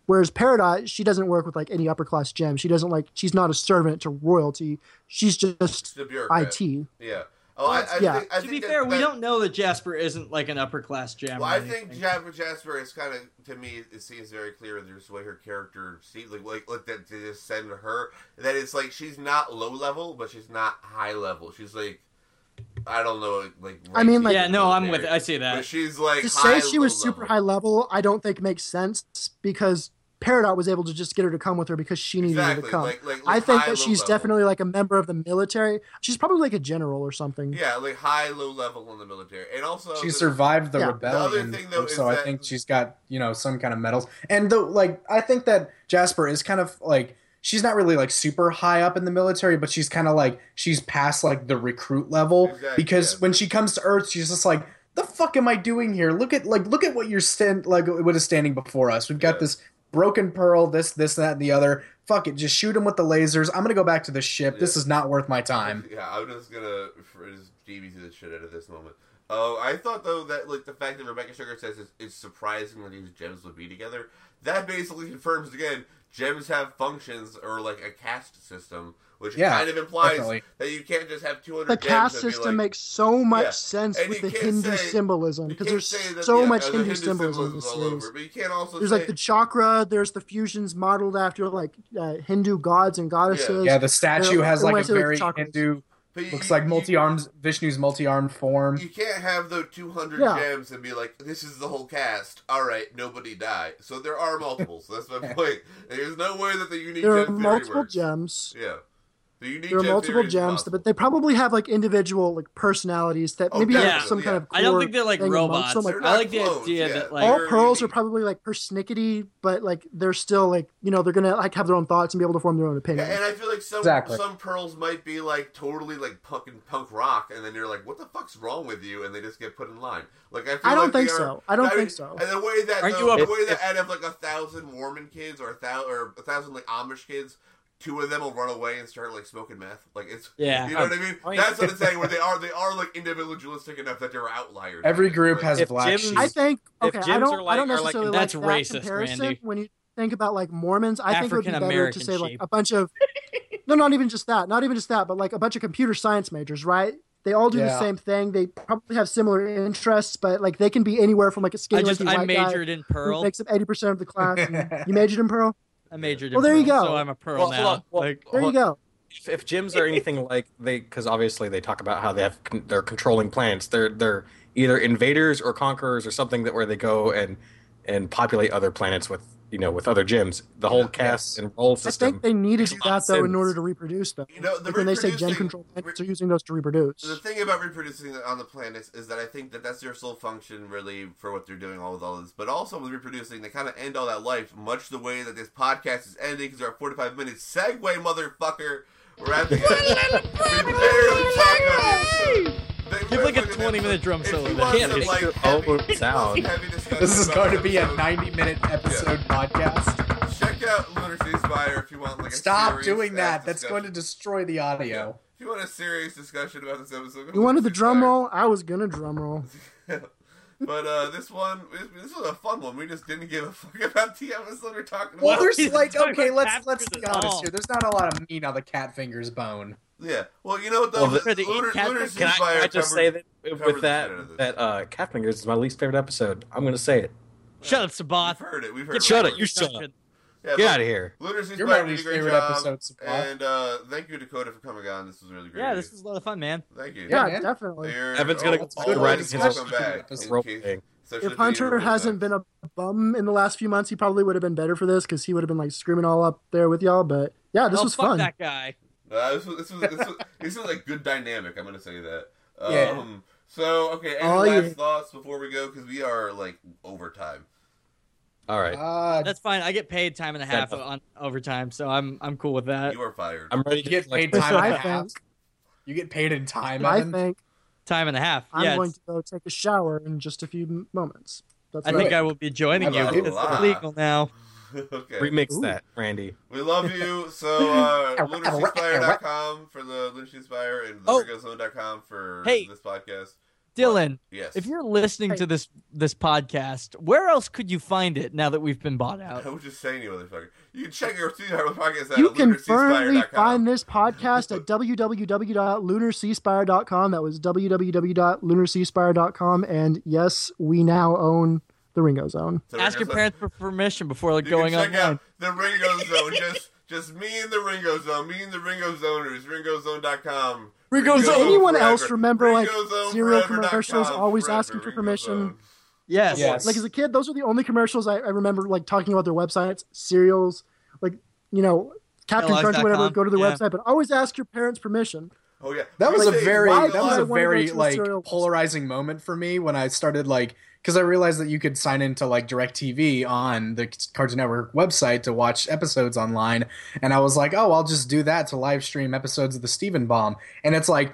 Speaker 1: Whereas Peridot, she doesn't work with like any upper class gem. She doesn't like she's not a servant to royalty. She's just
Speaker 2: The bureaucrat.
Speaker 1: IT.
Speaker 2: Yeah. Oh, I, I
Speaker 1: Yeah.
Speaker 2: think, I
Speaker 3: to
Speaker 2: think
Speaker 3: be
Speaker 2: that-
Speaker 3: fair, we
Speaker 2: that-
Speaker 3: don't know that Jasper isn't like an upper class gem.
Speaker 2: Well,
Speaker 3: or
Speaker 2: I think
Speaker 3: anything.
Speaker 2: Jasper, Jasper is kind of to me. It seems very clear. There's the way her character seems like like, like that to just send her that it's like she's not low level, but she's not high level. She's like I don't know, like
Speaker 1: I mean, like-
Speaker 3: yeah, no, I'm with.
Speaker 2: it.
Speaker 3: I see
Speaker 2: But
Speaker 3: that.
Speaker 2: she's like
Speaker 1: to
Speaker 2: high,
Speaker 1: say she was
Speaker 2: low
Speaker 1: super
Speaker 2: level.
Speaker 1: high level, I don't think makes sense because Peridot was able to just get her to come with her because she needed her to
Speaker 2: Exactly.
Speaker 1: come.
Speaker 2: Like, like,
Speaker 1: I
Speaker 2: like
Speaker 1: think
Speaker 2: high,
Speaker 1: that
Speaker 2: low
Speaker 1: she's
Speaker 2: level.
Speaker 1: definitely like a member of the military. She's probably like a general or something.
Speaker 2: yeah, like high low level in the military, and also
Speaker 5: she
Speaker 2: the-
Speaker 5: survived the
Speaker 1: Yeah. The
Speaker 5: rebellion,
Speaker 2: other thing, though, is
Speaker 5: so I
Speaker 2: that-
Speaker 5: think she's got you know some kind of medals. And though, like, I think that Jasper is kind of like she's not really like super high up in the military, but she's kind of like she's past like the recruit level
Speaker 2: Exactly,
Speaker 5: because
Speaker 2: yeah.
Speaker 5: when she comes to Earth, she's just like. The fuck am I doing here? Look at like look at what you're stand like what is standing before us. We've got
Speaker 2: Yeah.
Speaker 5: this broken pearl, this this that and the other. Fuck it, just shoot him with the lasers. I'm gonna go back to the ship. This
Speaker 2: Yeah.
Speaker 5: is not worth my time.
Speaker 2: Yeah, I'm just gonna fr- just DBZ the shit out of this moment. Oh, I thought though that like the fact that Rebecca Sugar says it's, it's surprising that these gems would be together. That basically confirms again gems have functions or like a caste system, which
Speaker 5: Yeah,
Speaker 2: kind of implies
Speaker 5: definitely.
Speaker 2: that you can't just have 200.
Speaker 1: The
Speaker 2: gems
Speaker 1: caste
Speaker 2: and be
Speaker 1: system
Speaker 2: like,
Speaker 1: makes so much
Speaker 2: Yeah.
Speaker 1: sense
Speaker 2: And
Speaker 1: with
Speaker 2: you
Speaker 1: the
Speaker 2: can't
Speaker 1: Hindu
Speaker 2: say-
Speaker 1: symbolism
Speaker 2: you
Speaker 1: because
Speaker 2: can't
Speaker 1: there's
Speaker 2: say that
Speaker 1: so
Speaker 2: the-
Speaker 1: much
Speaker 2: uh, the
Speaker 1: Hindu, symbolism in
Speaker 2: is
Speaker 1: this
Speaker 2: all
Speaker 1: series.
Speaker 2: over, but you can't also
Speaker 1: There's
Speaker 2: say,
Speaker 1: like the chakra. There's the fusions modeled after like uh, Hindu gods and goddesses.
Speaker 5: Yeah, the statue
Speaker 1: Yeah,
Speaker 5: has
Speaker 1: when I
Speaker 5: like a
Speaker 1: say, like,
Speaker 5: very
Speaker 1: chakras.
Speaker 5: Hindu
Speaker 2: but you-
Speaker 5: Looks
Speaker 2: you-
Speaker 5: like multi arms Vishnu's multi armed form.
Speaker 2: You can't have the 200
Speaker 1: Yeah.
Speaker 2: gems and be like, this is the whole cast. All right, nobody die. So there are multiples. That's my point. There's no way that the unique
Speaker 1: there are
Speaker 2: gem theory
Speaker 1: multiple
Speaker 2: works.
Speaker 1: gems.
Speaker 2: Yeah. The unique
Speaker 1: There are
Speaker 2: gem
Speaker 1: multiple
Speaker 2: theory is
Speaker 1: gems,
Speaker 2: impossible.
Speaker 1: but they probably have like individual like personalities that
Speaker 2: Oh,
Speaker 1: maybe have
Speaker 3: definitely,
Speaker 1: some kind
Speaker 2: yeah.
Speaker 1: of. Core
Speaker 3: I don't think they're like
Speaker 1: thing amongst
Speaker 3: robots.
Speaker 1: them, like, Oh.
Speaker 2: They're
Speaker 3: I
Speaker 2: not
Speaker 3: like the
Speaker 2: clones,
Speaker 3: idea
Speaker 2: yeah.
Speaker 3: that like
Speaker 1: all
Speaker 2: They're
Speaker 1: pearls are
Speaker 2: unique.
Speaker 1: probably like persnickety, but like they're still like you know they're gonna like have their own thoughts and be able to form their own
Speaker 2: Yeah,
Speaker 1: opinion.
Speaker 2: and I feel like some
Speaker 5: Exactly.
Speaker 2: some pearls might be like totally like punk and punk rock, and then you're like, "What the fuck's wrong with you?" And they just get put in line. Like I, feel
Speaker 1: I don't
Speaker 2: like they
Speaker 1: think
Speaker 2: are-
Speaker 1: so. I don't
Speaker 2: mean,
Speaker 1: think so.
Speaker 2: And the way that
Speaker 3: Aren't
Speaker 2: though,
Speaker 3: you a-
Speaker 2: the way that out of like a thousand Mormon kids or a thousand or a thousand like Amish kids, two of them will run away and start like smoking meth. Like it's
Speaker 3: Yeah.
Speaker 2: you know what I mean.
Speaker 4: Oh, yeah.
Speaker 2: That's what I'm saying. Where they are, they are like individualistic enough that they're outliers.
Speaker 5: Every
Speaker 2: Like,
Speaker 5: group
Speaker 2: like-
Speaker 5: has
Speaker 4: If
Speaker 5: black
Speaker 4: Jim's-
Speaker 5: sheep.
Speaker 1: I think
Speaker 4: If
Speaker 1: okay. I
Speaker 4: gyms
Speaker 1: don't.
Speaker 4: are like-
Speaker 1: I don't
Speaker 4: are like-
Speaker 1: necessarily like,
Speaker 3: That's
Speaker 1: that
Speaker 3: racist,
Speaker 1: comparison.
Speaker 3: Randy.
Speaker 1: When you think about like Mormons, I think it would be better to
Speaker 3: African-American
Speaker 1: say like
Speaker 3: sheep.
Speaker 1: a bunch of no, not even just that, not even just that, but like a bunch of computer science majors, right? They all do
Speaker 5: Yeah.
Speaker 1: the same thing. They probably have similar interests, but like they can be anywhere from like a
Speaker 3: I
Speaker 1: skinny
Speaker 3: just
Speaker 1: lanky
Speaker 3: I
Speaker 1: white guy
Speaker 3: majored in
Speaker 1: who
Speaker 3: Pearl.
Speaker 1: makes up eighty percent of the class. you majored in Pearl.
Speaker 3: I majored in
Speaker 1: Well, there you
Speaker 3: Pearl,
Speaker 1: go.
Speaker 3: So I'm a Pearl
Speaker 4: Well,
Speaker 3: now.
Speaker 4: hold on, well,
Speaker 3: like
Speaker 1: There you go.
Speaker 4: if, if gyms are anything like they because obviously they talk about how they have con- they're controlling planets they're they're either invaders or conquerors or something that where they go and and populate other planets with you know with other gyms the whole cast and role
Speaker 1: I
Speaker 4: system
Speaker 1: think they need to do
Speaker 4: makes a lot
Speaker 1: that
Speaker 4: of
Speaker 1: though in
Speaker 4: sense.
Speaker 1: order to reproduce them.
Speaker 2: You know, the
Speaker 1: like when they say
Speaker 2: reproducing-
Speaker 1: gen control planets, they're using those to
Speaker 2: The
Speaker 1: reproduce.
Speaker 2: thing about reproducing on the planets is that I think that that's their sole function, really, for what they're doing all with all this. But also with reproducing, they kind of end all that life, much the way that this podcast is ending because our 45 minutes segue, motherfucker. We're at the end. We barely talked about it. They-
Speaker 3: Give, like, a
Speaker 2: fucking-
Speaker 3: 20-minute drum
Speaker 2: if
Speaker 3: solo
Speaker 2: you
Speaker 3: there.
Speaker 2: want
Speaker 3: Yeah,
Speaker 2: some,
Speaker 3: it's
Speaker 2: like,
Speaker 4: your
Speaker 2: heavy-
Speaker 4: own sound.
Speaker 2: heavy discussion
Speaker 5: This is
Speaker 2: about
Speaker 5: going
Speaker 2: this
Speaker 5: to be a
Speaker 2: episode,
Speaker 5: 90 minute episode podcast.
Speaker 2: Check out Lunar Ceasefire if you want like a
Speaker 5: Stop
Speaker 2: serious
Speaker 5: doing
Speaker 2: ass
Speaker 5: that. That's going to
Speaker 2: discussion.
Speaker 5: destroy the audio.
Speaker 2: If you want a serious discussion about this episode, go to
Speaker 1: You wanted the drum
Speaker 2: Ceasefire.
Speaker 1: roll? I was gonna drum roll.
Speaker 2: but uh, this one, this was a fun one. We just didn't give a fuck about the episode we're talking
Speaker 5: Well,
Speaker 2: about.
Speaker 5: there's
Speaker 3: he's
Speaker 5: like
Speaker 3: talking
Speaker 5: okay,
Speaker 3: about
Speaker 5: let's
Speaker 3: captures
Speaker 5: let's be
Speaker 3: at
Speaker 5: honest
Speaker 3: all.
Speaker 5: here. There's not a lot of meat on the cat fingers bone.
Speaker 2: yeah. Well, you know what though?
Speaker 4: Well,
Speaker 3: the-
Speaker 2: Lunar,
Speaker 3: Can I-
Speaker 2: Lunar
Speaker 4: can I,
Speaker 2: Ceasefire
Speaker 4: can I just
Speaker 2: covered-
Speaker 4: say that
Speaker 2: covered the
Speaker 4: with that
Speaker 2: shit out of this.
Speaker 4: that uh cat fingers is my least favorite episode i'm gonna say it
Speaker 3: shut up, Sabat.
Speaker 2: We've heard it. We've heard it.
Speaker 4: Shut
Speaker 2: before.
Speaker 4: it, you sh- shut up.
Speaker 2: Yeah,
Speaker 4: get
Speaker 2: but
Speaker 4: out of here
Speaker 2: Lunar Ceasefire
Speaker 5: You're my
Speaker 2: did a
Speaker 5: least
Speaker 2: great
Speaker 5: favorite
Speaker 2: job.
Speaker 5: episode so far.
Speaker 2: And uh, thank you, Dakota, for coming on. This was really great.
Speaker 3: Yeah, this was a lot of fun, man.
Speaker 2: Thank you.
Speaker 5: Yeah,
Speaker 1: Yeah,
Speaker 5: man.
Speaker 1: definitely.
Speaker 2: You're-
Speaker 4: Evan's gonna
Speaker 2: oh,
Speaker 4: go
Speaker 2: always
Speaker 5: writing his
Speaker 2: welcome
Speaker 5: own
Speaker 2: back.
Speaker 5: episode.
Speaker 4: Role
Speaker 2: Keith.
Speaker 4: playing.
Speaker 2: Such a
Speaker 1: if
Speaker 2: thing
Speaker 1: Hunter
Speaker 2: you're
Speaker 1: hasn't
Speaker 2: welcome.
Speaker 1: been a bum in the last few months, he probably would have been better for this because he would have been like screaming all up there with y'all. But yeah, this
Speaker 3: oh,
Speaker 1: was
Speaker 3: fuck
Speaker 1: fun.
Speaker 3: that guy.
Speaker 2: Uh, this was this was this was, this was like good dynamic. I'm gonna say that. Um,
Speaker 5: Yeah.
Speaker 2: So okay, any
Speaker 1: Oh,
Speaker 2: last
Speaker 1: yeah.
Speaker 2: thoughts before we go? Because we are like over time.
Speaker 4: all right
Speaker 5: Uh,
Speaker 3: That's fine. I get paid time and a half
Speaker 4: Yeah.
Speaker 3: on overtime, so I'm I'm cool with that.
Speaker 2: You are fired.
Speaker 4: i'm ready
Speaker 5: you
Speaker 4: to
Speaker 5: get
Speaker 4: like,
Speaker 5: paid time
Speaker 1: I
Speaker 5: and a half.
Speaker 1: think,
Speaker 5: You get paid in time.
Speaker 1: I
Speaker 5: Evan.
Speaker 1: think
Speaker 3: Time and a half.
Speaker 1: I'm
Speaker 3: yeah,
Speaker 1: going
Speaker 3: it's-
Speaker 1: to go take a shower in just a few m- moments. That's
Speaker 3: I
Speaker 1: what
Speaker 3: think
Speaker 1: I,
Speaker 3: I will be joining you.
Speaker 5: Hello.
Speaker 3: It's illegal now.
Speaker 2: okay.
Speaker 4: Remix
Speaker 1: Ooh.
Speaker 4: that, Randy.
Speaker 2: We love you. So, uh, literacyspire.com for the Literacy Spire and
Speaker 3: Oh.
Speaker 2: virgozone.com for
Speaker 3: Hey.
Speaker 2: this podcast.
Speaker 3: Dylan,
Speaker 2: Yes.
Speaker 3: if you're listening to this this podcast, where else could you find it now that we've been bought out?
Speaker 2: I was just saying, you motherfucker. You can check your Sweetheart podcast out
Speaker 1: You
Speaker 2: at
Speaker 1: can firmly
Speaker 2: literacyspire.com.
Speaker 1: find this podcast at www.lunarseaspire.com. That was www.lunarseaspire.com. And yes, we now own the Ringo Zone.
Speaker 2: So
Speaker 3: Ask your
Speaker 2: Ringo Zone-
Speaker 3: parents for permission before like,
Speaker 2: You
Speaker 3: going
Speaker 2: can check
Speaker 3: online.
Speaker 2: out the Ringo Zone. just, just me and the Ringo Zone. Me and the Ringo Zoners. RingoZone.com.
Speaker 3: Ringo
Speaker 1: Does
Speaker 3: Zone
Speaker 1: anyone
Speaker 2: forever.
Speaker 1: else remember like
Speaker 2: RingoZone
Speaker 1: zero
Speaker 2: forever dot
Speaker 1: commercials,
Speaker 2: com
Speaker 1: always
Speaker 2: forever,
Speaker 1: asking for
Speaker 2: Ringo
Speaker 1: permission?
Speaker 2: Zone.
Speaker 3: Yes.
Speaker 5: Yes.
Speaker 1: Like as a kid, those are the only commercials I, I remember like talking about their websites, cereals, like you know, Captain
Speaker 3: Kellogg's
Speaker 1: Crunch, whatever.
Speaker 3: dot
Speaker 1: Go
Speaker 3: com,
Speaker 1: to their
Speaker 3: yeah.
Speaker 1: website, but always ask your parents' permission.
Speaker 2: Oh yeah,
Speaker 5: That was a
Speaker 2: Say,
Speaker 5: very
Speaker 1: why
Speaker 5: that
Speaker 1: do
Speaker 5: was
Speaker 1: I wanna
Speaker 5: a
Speaker 1: go
Speaker 5: very
Speaker 1: to a
Speaker 5: like
Speaker 1: cereal?
Speaker 5: polarizing moment for me when I started like because I realized that you could sign into like DirecTV on the Cartoon Network website to watch episodes online, and I was like, oh, I'll just do that to live stream episodes of the Steven Bomb, and it's like.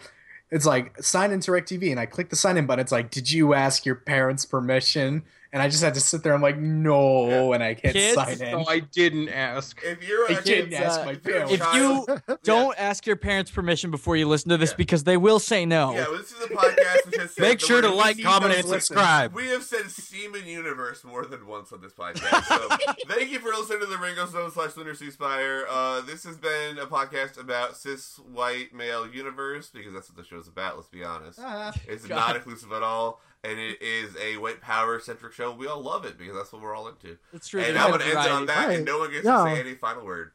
Speaker 5: It's like sign in to DirecTV, and I click the sign in button. It's like, did you ask your parents permission? And I just had to sit there. I'm like, no, and I can't
Speaker 3: Kids? Oh,
Speaker 5: sign in.
Speaker 6: No, I didn't ask.
Speaker 2: If you're
Speaker 5: I
Speaker 2: a kid,
Speaker 5: didn't
Speaker 3: Kids,
Speaker 5: ask
Speaker 3: uh,
Speaker 5: my
Speaker 2: if you're a
Speaker 5: parents.
Speaker 3: If you
Speaker 2: child-
Speaker 3: don't ask your parents permission before you listen to this
Speaker 2: Yeah.
Speaker 3: because they will say no.
Speaker 2: Yeah, well, this is a podcast which has said
Speaker 4: Make
Speaker 2: the
Speaker 4: sure to
Speaker 2: word
Speaker 4: like,
Speaker 2: semen-
Speaker 4: comment, and
Speaker 5: listen.
Speaker 4: subscribe.
Speaker 2: We have said semen universe more than once on this podcast. So thank you for listening to the Ringo Stone slash Lunar Ceasefire. Uh, this has been a podcast about cis white male universe because that's what the show's about. Let's be honest.
Speaker 5: Ah.
Speaker 2: It's
Speaker 3: God.
Speaker 2: not inclusive at all, and it is a white power centric show. We all love it because that's what we're all into.
Speaker 3: It's true.
Speaker 2: and
Speaker 3: there's
Speaker 2: I'm
Speaker 3: no
Speaker 2: gonna end it
Speaker 3: variety.
Speaker 2: on that,
Speaker 1: Right.
Speaker 2: and no one gets
Speaker 1: Yeah.
Speaker 2: to say any final word.